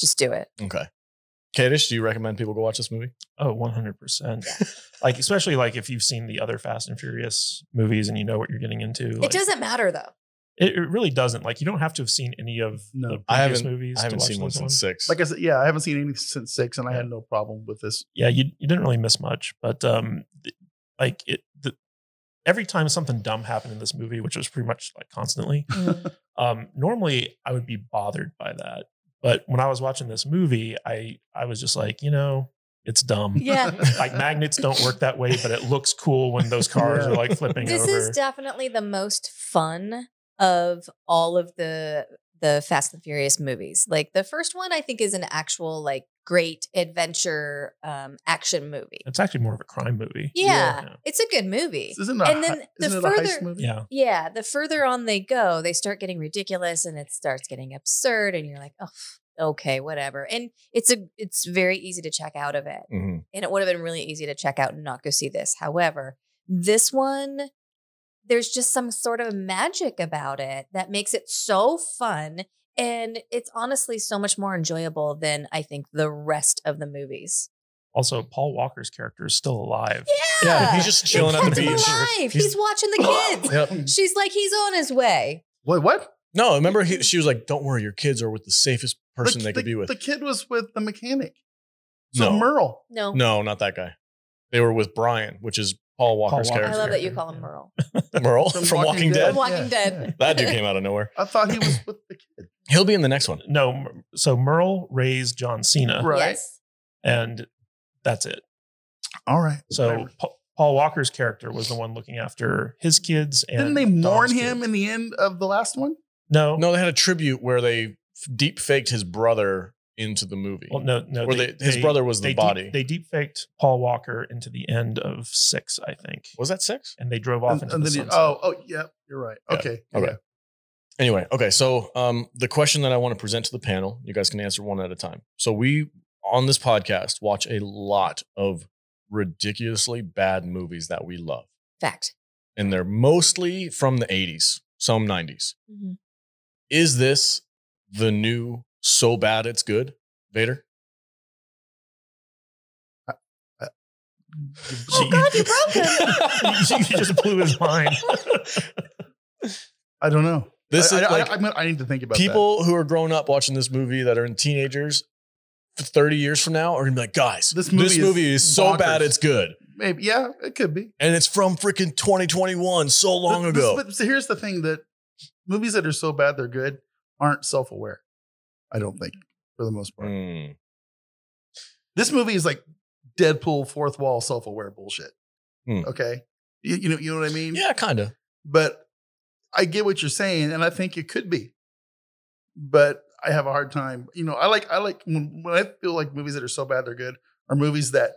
Speaker 2: Just do it.
Speaker 1: okay, Kadish, do you recommend people go watch this movie?
Speaker 4: Oh, 100%. like, especially like if you've seen the other Fast and Furious movies and you know what you're getting into.
Speaker 2: It doesn't matter though.
Speaker 4: It, it really doesn't. Like, you don't have to have seen any of
Speaker 3: No.
Speaker 4: the previous
Speaker 1: I haven't-
Speaker 4: movies.
Speaker 1: I
Speaker 4: to
Speaker 1: haven't
Speaker 4: watch
Speaker 1: seen one
Speaker 4: this
Speaker 1: since six.
Speaker 3: like I said, yeah, I haven't seen anything since six, and I had no problem with this.
Speaker 4: Yeah, you, you didn't really miss much, but um, th- like it, the, every time something dumb happened in this movie, which was pretty much like constantly, um, normally I would be bothered by that. But when I was watching this movie, I, I was just like, you know, it's dumb.
Speaker 2: yeah.
Speaker 4: like magnets don't work that way, but it looks cool when those cars
Speaker 3: Yeah.
Speaker 4: are like flipping
Speaker 2: This
Speaker 4: over.
Speaker 2: is definitely the most fun of all of the the Fast and Furious movies. Like the first one I think is an actual like great adventure um action movie.
Speaker 4: it's actually more of a crime movie.
Speaker 2: Yeah.
Speaker 4: Yeah.
Speaker 2: It's a good movie.
Speaker 3: This isn't a,
Speaker 2: And then
Speaker 3: hi-
Speaker 2: the
Speaker 3: isn't it a heist
Speaker 2: further-
Speaker 3: movie?
Speaker 4: Yeah.
Speaker 2: Yeah, the further on they go, they start getting ridiculous and it starts getting absurd and you're like, "Oh, okay, whatever." And it's a it's very easy to check out of it.
Speaker 1: Mhm.
Speaker 2: And it would have been really easy to check out and not go see this. However, this one there's just some sort of magic about it that makes it so fun and it's honestly so much more enjoyable than I think the rest of the movies.
Speaker 4: Also, Paul Walker's character is still alive.
Speaker 1: Yeah, he's just
Speaker 2: They
Speaker 1: chilling at the
Speaker 2: kept him
Speaker 1: beach.
Speaker 2: alive. He's,
Speaker 1: He's-
Speaker 2: watching the kids.
Speaker 1: Yep.
Speaker 2: She's like, he's on his way.
Speaker 3: Wait, what?
Speaker 1: No, remember he, she was like, "Don't worry, your kids are with the safest person
Speaker 3: the,
Speaker 1: they could
Speaker 3: the-
Speaker 1: be with."
Speaker 3: The kid was with the mechanic. So
Speaker 1: no,
Speaker 3: Merle.
Speaker 2: No.
Speaker 1: no, not that guy. They were with Brian, which is Paul Walker's
Speaker 4: Walker.
Speaker 2: I love
Speaker 1: character,
Speaker 2: that you call
Speaker 4: Yeah.
Speaker 2: him Merle.
Speaker 1: Merle from, Walking, Dead.
Speaker 2: Dead. Walking Dead.
Speaker 1: That dude came out of nowhere.
Speaker 3: I thought he was with the kid.
Speaker 1: He'll be in the next one.
Speaker 4: No, M- so Merle raised John Cena,
Speaker 3: Right.
Speaker 2: Yes.
Speaker 4: and that's it.
Speaker 3: All right.
Speaker 4: So
Speaker 3: Whatever.
Speaker 4: Pa- Paul Walker's character was the one looking after his kids. And
Speaker 3: didn't they mourn
Speaker 4: Dom's
Speaker 3: him
Speaker 4: kids.
Speaker 3: in the end of the last one?
Speaker 4: no, no,
Speaker 1: No, they had a tribute where they deep faked his brother into the movie.
Speaker 4: well, no, no.
Speaker 1: Where they- his brother was the
Speaker 4: they deep-
Speaker 1: body.
Speaker 4: they deep faked Paul Walker into the end of six, I think,
Speaker 1: Was that six?
Speaker 4: and they drove off into the
Speaker 3: then he-
Speaker 4: sunset.
Speaker 3: oh, oh, yeah, you're right.
Speaker 1: Yeah.
Speaker 3: Okay.
Speaker 1: Okay.
Speaker 3: Yeah.
Speaker 1: Anyway, okay. So um, the question that I want to present to the panel, you guys can answer one at a time. So we on this podcast watch a lot of ridiculously bad movies that we love,
Speaker 2: Fact.
Speaker 1: and they're mostly from the '80s, some '90s.
Speaker 2: Mm-hmm.
Speaker 1: Is this the new so bad it's good, Vader?
Speaker 2: Oh, God, you broke
Speaker 4: you just blew his mind.
Speaker 3: I don't know.
Speaker 1: This
Speaker 3: I,
Speaker 1: is
Speaker 3: I,
Speaker 1: like
Speaker 3: I, I'm gonna- I need to think about that.
Speaker 1: people who are growing up watching this movie that are in teenagers for 30 years from now are gonna be like, guys, this
Speaker 3: This
Speaker 1: movie,
Speaker 3: movie
Speaker 1: is,
Speaker 3: is
Speaker 1: so
Speaker 3: bonkers."
Speaker 1: bad it's good.
Speaker 3: Maybe. Yeah, it could be.
Speaker 1: And it's from freaking 2021, so long
Speaker 3: This-
Speaker 1: ago.
Speaker 3: But so here's the thing that movies that are so bad they're good aren't self aware. I don't think for the most part.
Speaker 1: Mm.
Speaker 3: This movie is like Deadpool fourth wall self aware bullshit.
Speaker 1: Hmm.
Speaker 3: Okay. You, you know you know what I mean?
Speaker 1: Yeah, kind of.
Speaker 3: But I get what you're saying, and I think it could be. But I have a hard time. You know, I like I like when, when I feel like movies that are so bad they're good are movies that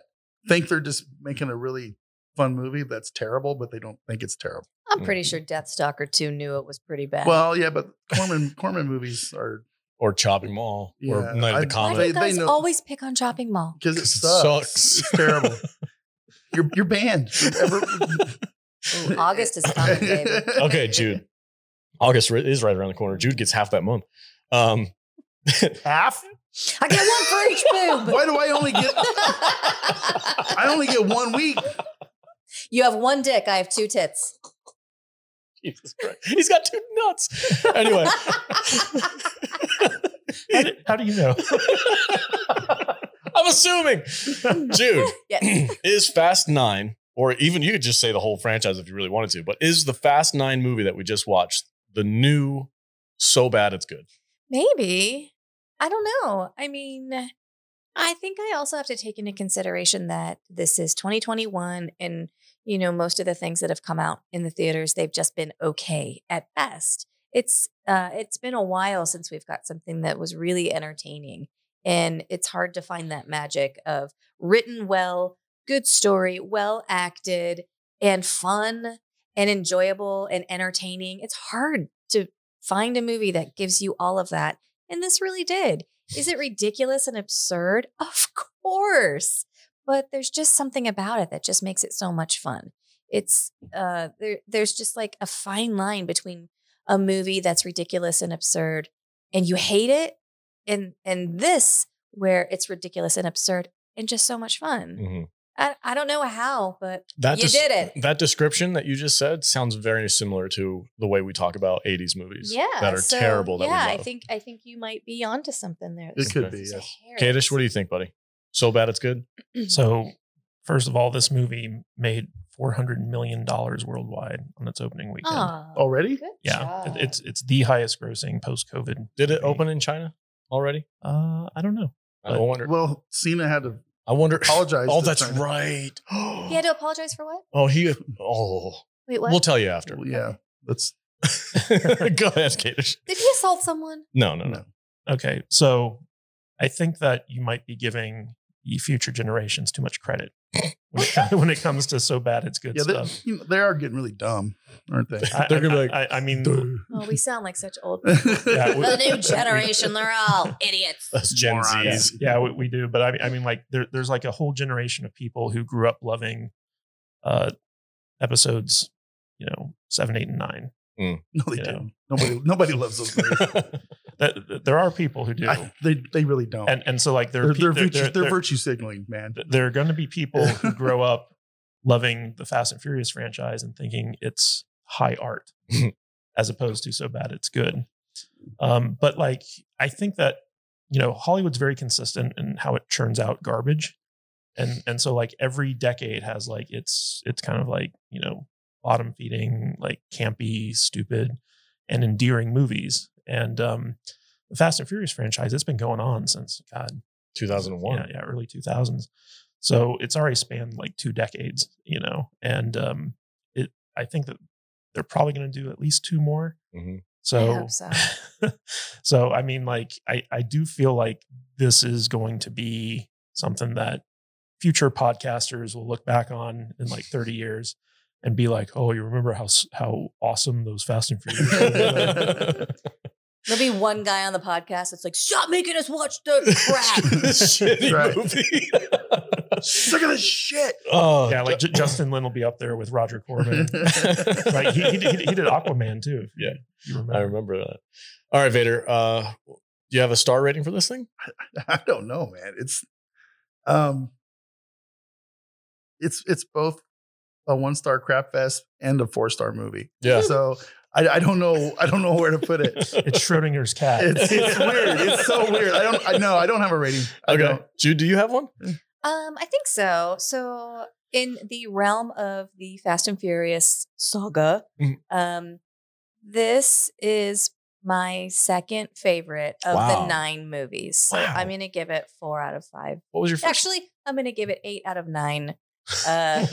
Speaker 3: think they're just making a really fun movie that's terrible, but they don't think it's terrible.
Speaker 2: I'm pretty sure Deathstalker 2 knew it was pretty bad.
Speaker 3: Well, yeah, but Corman Corman movies are
Speaker 1: Or Chopping Mall
Speaker 3: Yeah,
Speaker 1: or Night of
Speaker 3: I-
Speaker 1: the
Speaker 2: why
Speaker 1: Comet.
Speaker 2: do
Speaker 3: they-
Speaker 2: you
Speaker 3: they
Speaker 2: guys
Speaker 3: know-
Speaker 2: always pick on Chopping Mall?
Speaker 3: because it
Speaker 1: 'Cause it
Speaker 3: sucks.
Speaker 1: sucks.
Speaker 3: It's terrible. You're you're banned. Ever-
Speaker 2: Ooh, August is coming, baby.
Speaker 1: okay, Jude. August ri- is right around the corner. Jude gets half that month. Um,
Speaker 3: Half?
Speaker 2: I get one for each boob.
Speaker 3: Why do I only get I only get one week?
Speaker 2: you have one dick. I have two tits.
Speaker 1: Jesus Christ. He's got two nuts. Anyway.
Speaker 4: how, do, how do you know?
Speaker 1: I'm assuming. Jude,
Speaker 2: Yes.
Speaker 1: is Fast Nine, or even you could just say the whole franchise if you really wanted to, but is the Fast Nine movie that we just watched the new so bad it's good?
Speaker 2: Maybe. I don't know. I mean, I think I also have to take into consideration that this is 2021 and, you know, most of the things that have come out in the theaters, they've just been okay at best. It's uh it's been a while since we've got something that was really entertaining and it's hard to find that magic of written well, good story, well acted and fun and enjoyable and entertaining. It's hard to find a movie that gives you all of that. And this really did. Is it ridiculous and absurd? Of course. But there's just something about it that just makes it so much fun. It's uh there there's just like a fine line between a movie that's ridiculous and absurd and you hate it and and this where it's ridiculous and absurd and just so much fun. I, I don't know how, but
Speaker 1: That
Speaker 2: You did it.
Speaker 1: That description that you just said sounds very similar to the way we talk about 80s movies
Speaker 2: yeah.
Speaker 1: that are
Speaker 2: so,
Speaker 1: terrible that
Speaker 2: yeah,
Speaker 1: we
Speaker 2: I
Speaker 1: love.
Speaker 2: think I think you might be onto something there.
Speaker 3: It could be.
Speaker 2: Just a
Speaker 3: Yes.
Speaker 2: hair.
Speaker 1: Kadish, what do you think, buddy? So bad it's good?
Speaker 4: So, first of all, this movie made four hundred million dollars worldwide on its opening weekend.
Speaker 2: Aw,
Speaker 3: Already?
Speaker 2: good
Speaker 4: Oh, yeah,
Speaker 2: job.
Speaker 4: it- it's it's the highest grossing post COVID.
Speaker 1: Did it open in China already?
Speaker 4: Uh, I don't know.
Speaker 1: I wonder.
Speaker 3: Well, Cena had to
Speaker 1: I wonder.
Speaker 3: apologize.
Speaker 1: Oh,
Speaker 3: to
Speaker 1: that's
Speaker 3: China.
Speaker 1: right.
Speaker 2: He had to apologize for what?
Speaker 1: Oh, he. Oh,
Speaker 2: Wait, what?
Speaker 1: we'll tell you after.
Speaker 3: Well, yeah, that's
Speaker 1: Go ahead, Kadish.
Speaker 2: Did he assault someone?
Speaker 1: No, no, no.
Speaker 3: No.
Speaker 4: Okay, so I think that you might be giving the future generations too much credit when it, when it comes to so bad it's good
Speaker 3: yeah. They,
Speaker 4: stuff.
Speaker 3: you know, they are getting really dumb, aren't they?
Speaker 4: I,
Speaker 1: They're gonna be
Speaker 4: I-
Speaker 1: like,
Speaker 4: I, I mean,
Speaker 3: Duh.
Speaker 2: Oh, we sound like such old.
Speaker 4: Yeah, we-
Speaker 2: the new generation, they're all idiots.
Speaker 1: That's Gen
Speaker 3: Morons.
Speaker 1: Zs.
Speaker 4: yeah, yeah, we, we do. But I mean, I mean, like there, there's like a whole generation of people who grew up loving uh, episodes, you know, seven, eight, and nine.
Speaker 3: no, they
Speaker 4: You know.
Speaker 3: don't. Nobody, nobody loves those. movies.
Speaker 4: That, that- there are people who do,
Speaker 3: I- they, they really don't.
Speaker 4: and and so like there,
Speaker 3: they're,
Speaker 4: are
Speaker 3: they're,
Speaker 4: people
Speaker 3: virtue, they're, virtue signaling, man.
Speaker 4: th- there are going to be people who grow up loving the Fast and Furious franchise and thinking it's high art, as opposed to so bad it's good. Um, but like, I think that you know Hollywood's very consistent in how it churns out garbage, and and so like every decade has like its it's kind of like you know bottom feeding, like campy, stupid, and endearing movies. And um, the Fast and Furious franchise, it's been going on since God
Speaker 1: 2001.
Speaker 4: yeah, yeah, early 2000s. So it's already spanned like two decades, you know, and um, it. I think that they're probably going to do at least two more.
Speaker 1: Mhm.
Speaker 4: So,
Speaker 2: I hope so.
Speaker 4: so I mean, like, I I do feel like this is going to be something that future podcasters will look back on in like 30 years and be like, oh, you remember how s- how awesome those Fast and Furious. were?"
Speaker 2: There'll be one guy on the podcast that's like, stop making us watch the crap.
Speaker 1: this shitty
Speaker 3: Right.
Speaker 1: movie.
Speaker 3: Sick of this shit.
Speaker 1: oh,
Speaker 4: yeah, like J- Justin Lin will be up there with Roger Corbin. right? He, he, did, he did Aquaman too. if you-
Speaker 1: Yeah.
Speaker 4: you remember.
Speaker 1: I remember that. All right, Vader. Uh, do you have a star rating for this thing?
Speaker 3: I don't know, man. It's um it's it's both a one star crap fest and a four star movie.
Speaker 1: Yeah.
Speaker 3: So I, I don't know I don't know where to put it.
Speaker 4: It's Schrodinger's cat.
Speaker 3: It's, it's weird. It's so weird. I don't I know I don't have a rating. I
Speaker 1: Okay.
Speaker 3: don't.
Speaker 1: Jude, do you have one?
Speaker 2: Um, I think so. So in the realm of the Fast and Furious saga,
Speaker 1: Mhm.
Speaker 2: um, this is my second favorite of
Speaker 1: Wow.
Speaker 2: the nine movies. So
Speaker 1: Wow.
Speaker 2: I'm gonna give it four out of five.
Speaker 1: What was your first?
Speaker 2: Actually, I'm gonna give it eight out of nine uh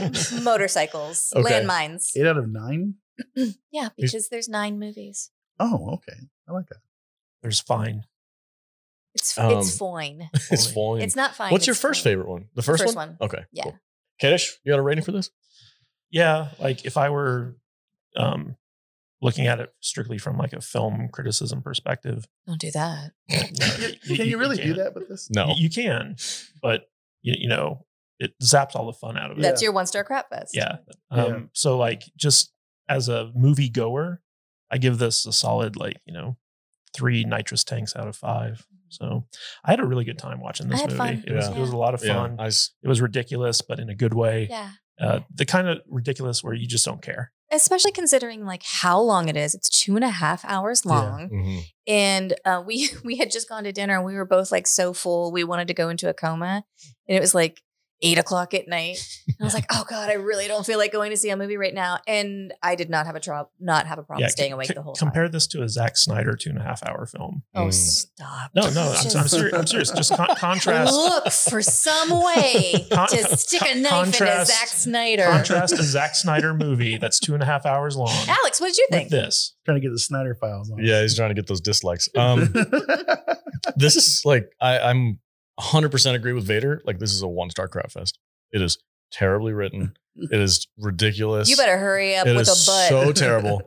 Speaker 2: motorcycles,
Speaker 1: Okay.
Speaker 2: landmines.
Speaker 3: Eight out of nine?
Speaker 2: Yeah,
Speaker 1: He's-
Speaker 2: because there's nine movies.
Speaker 3: Oh, okay. I like that.
Speaker 4: There's fine.
Speaker 2: It's
Speaker 1: Um,
Speaker 2: it's fine.
Speaker 1: it's falling.
Speaker 2: It's not fine.
Speaker 1: What's your
Speaker 2: it's
Speaker 1: first
Speaker 2: fine.
Speaker 1: favorite one? The first,
Speaker 2: First
Speaker 1: one?
Speaker 2: one.
Speaker 1: Okay.
Speaker 2: Yeah.
Speaker 1: Cool. Kadish, you got a rating for this?
Speaker 4: Yeah, like if I were um, looking at it strictly from like a film criticism perspective,
Speaker 2: Don't do that.
Speaker 3: Can you, really do
Speaker 4: can't.
Speaker 3: that with this?
Speaker 1: No.
Speaker 4: You, you can, but you, you know it zaps all the fun out of it.
Speaker 2: That's your one star crap fest.
Speaker 4: yeah.
Speaker 3: Yeah.
Speaker 4: Um, So like just as a movie goer, I give this a solid like you know three nitrous tanks out of five. So I had a really good time watching this
Speaker 2: I had
Speaker 4: movie.
Speaker 2: fun.
Speaker 4: It was
Speaker 1: Yeah.
Speaker 4: it was a lot of fun.
Speaker 1: I s-
Speaker 4: It was ridiculous, but in a good way.
Speaker 2: Yeah.
Speaker 4: Uh, the kind of ridiculous where you just don't care.
Speaker 2: especially considering like how long it is. It's two and a half hours
Speaker 3: Yeah.
Speaker 2: long.
Speaker 1: Mhm.
Speaker 2: and uh, we we had just gone to dinner and we were both like so full we wanted to go into a coma and it was like eight o'clock at night and i was like oh god i really don't feel like going to see a movie right now and i did not have a trouble not have a problem staying
Speaker 4: c-
Speaker 2: awake
Speaker 4: c-
Speaker 2: the whole
Speaker 4: compare
Speaker 2: time
Speaker 4: this to a Zack Snyder two and a half hour film.
Speaker 2: oh
Speaker 1: Mm.
Speaker 2: stop
Speaker 4: No, no, I'm, I'm,
Speaker 2: Just
Speaker 4: serious, I'm serious. Just con- contrast
Speaker 2: look for some way
Speaker 4: Con-
Speaker 2: to stick a
Speaker 4: con-
Speaker 2: knife
Speaker 4: contrast-
Speaker 2: in a Zack Snyder
Speaker 4: contrast a Zack Snyder movie that's two and a half hours long
Speaker 2: Alex what did you
Speaker 4: with
Speaker 2: think
Speaker 4: this.
Speaker 3: Trying to get the Snyder files on.
Speaker 1: Yeah, he's trying to get those dislikes. Um, this is like I, I'm 100% agree with Vader. Like this is a one star crowd fest. It is terribly written. It is ridiculous.
Speaker 2: you better hurry up
Speaker 1: It
Speaker 2: with a butt
Speaker 1: is so terrible.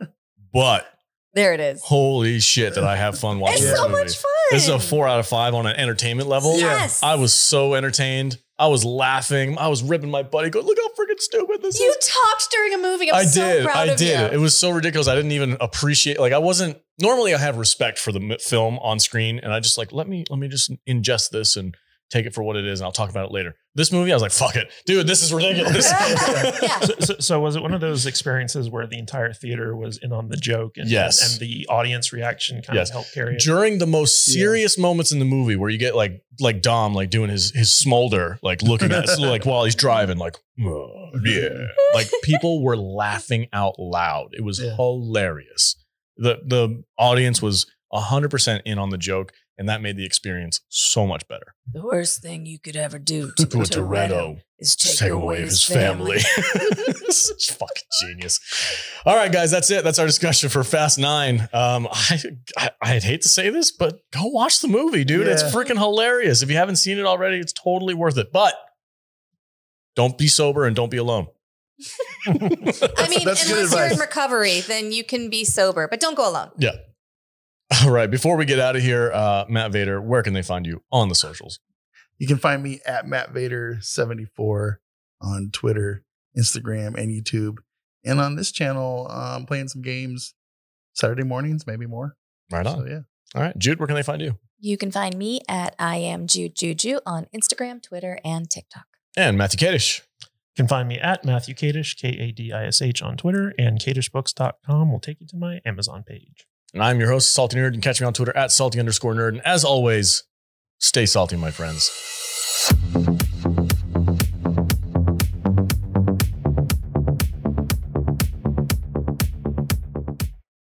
Speaker 1: But
Speaker 2: there it is
Speaker 1: holy shit, did I have fun watching
Speaker 2: it's
Speaker 1: this
Speaker 2: so
Speaker 1: movie.
Speaker 2: much fun
Speaker 1: This is a four out of five on an entertainment level.
Speaker 3: Yeah.
Speaker 2: yes
Speaker 1: I was so entertained. I was laughing. I was ripping my buddy. Go look how freaking stupid this
Speaker 2: You
Speaker 1: is.
Speaker 2: talked during a movie. I'm
Speaker 1: I
Speaker 2: so
Speaker 1: did.
Speaker 2: proud
Speaker 1: I
Speaker 2: of
Speaker 1: did. It
Speaker 2: you.
Speaker 1: was so ridiculous. I didn't even appreciate. Like I wasn't. Normally, I have respect for the m- film on screen, and I just like let me let me just ingest this and take it for what it is, and I'll talk about it later. This movie, I was like, fuck it, dude. This is ridiculous.
Speaker 2: yeah.
Speaker 4: So, so, so was it one of those experiences where the entire theater was in on the joke and,
Speaker 1: Yes.
Speaker 4: and the audience reaction kind
Speaker 1: Yes.
Speaker 4: of helped carry it?
Speaker 1: During the most
Speaker 3: Yeah.
Speaker 1: serious moments in the movie, where you get like like Dom like doing his his smolder, like looking at us, like while he's driving, like "Oh, yeah, like people were laughing out loud. It was
Speaker 3: Yeah.
Speaker 1: hilarious. the The audience was hundred percent in on the joke, and that made the experience so much better.
Speaker 2: The worst thing you could ever do
Speaker 1: To put Toretto,
Speaker 2: is
Speaker 1: take, away his family. Such fucking genius. All right, guys, that's it. That's our discussion for Fast Nine. Um, I, I I'd hate to say this, but go watch the movie, dude. It's
Speaker 3: Yeah.
Speaker 1: freaking hilarious. If you haven't seen it already, it's totally worth it. But don't be sober and don't be alone.
Speaker 2: I mean,
Speaker 3: That's good
Speaker 2: unless you're in
Speaker 3: advice.
Speaker 2: recovery, then you can be sober, but don't go alone.
Speaker 1: All right, before we get out of here, uh, Matt Vader, where can they find you on the socials?
Speaker 3: You can find me at Matt Vader 74 on Twitter, Instagram, and YouTube. And on this channel, um, playing some games Saturday mornings, maybe more.
Speaker 1: Right on.
Speaker 3: So yeah.
Speaker 1: All right, Jude, where can they find you?
Speaker 2: You can find me at I am Jude Juju on Instagram, Twitter, and TikTok.
Speaker 1: And Matthew Kadish.
Speaker 4: You can find me at Matthew Kadish, K A D I S H, on Twitter, and kadishbooks.com will take you to my Amazon page.
Speaker 1: And I'm your host, Salty Nerd, and catch me on Twitter at salty underscore nerd. And as always, stay salty, my friends.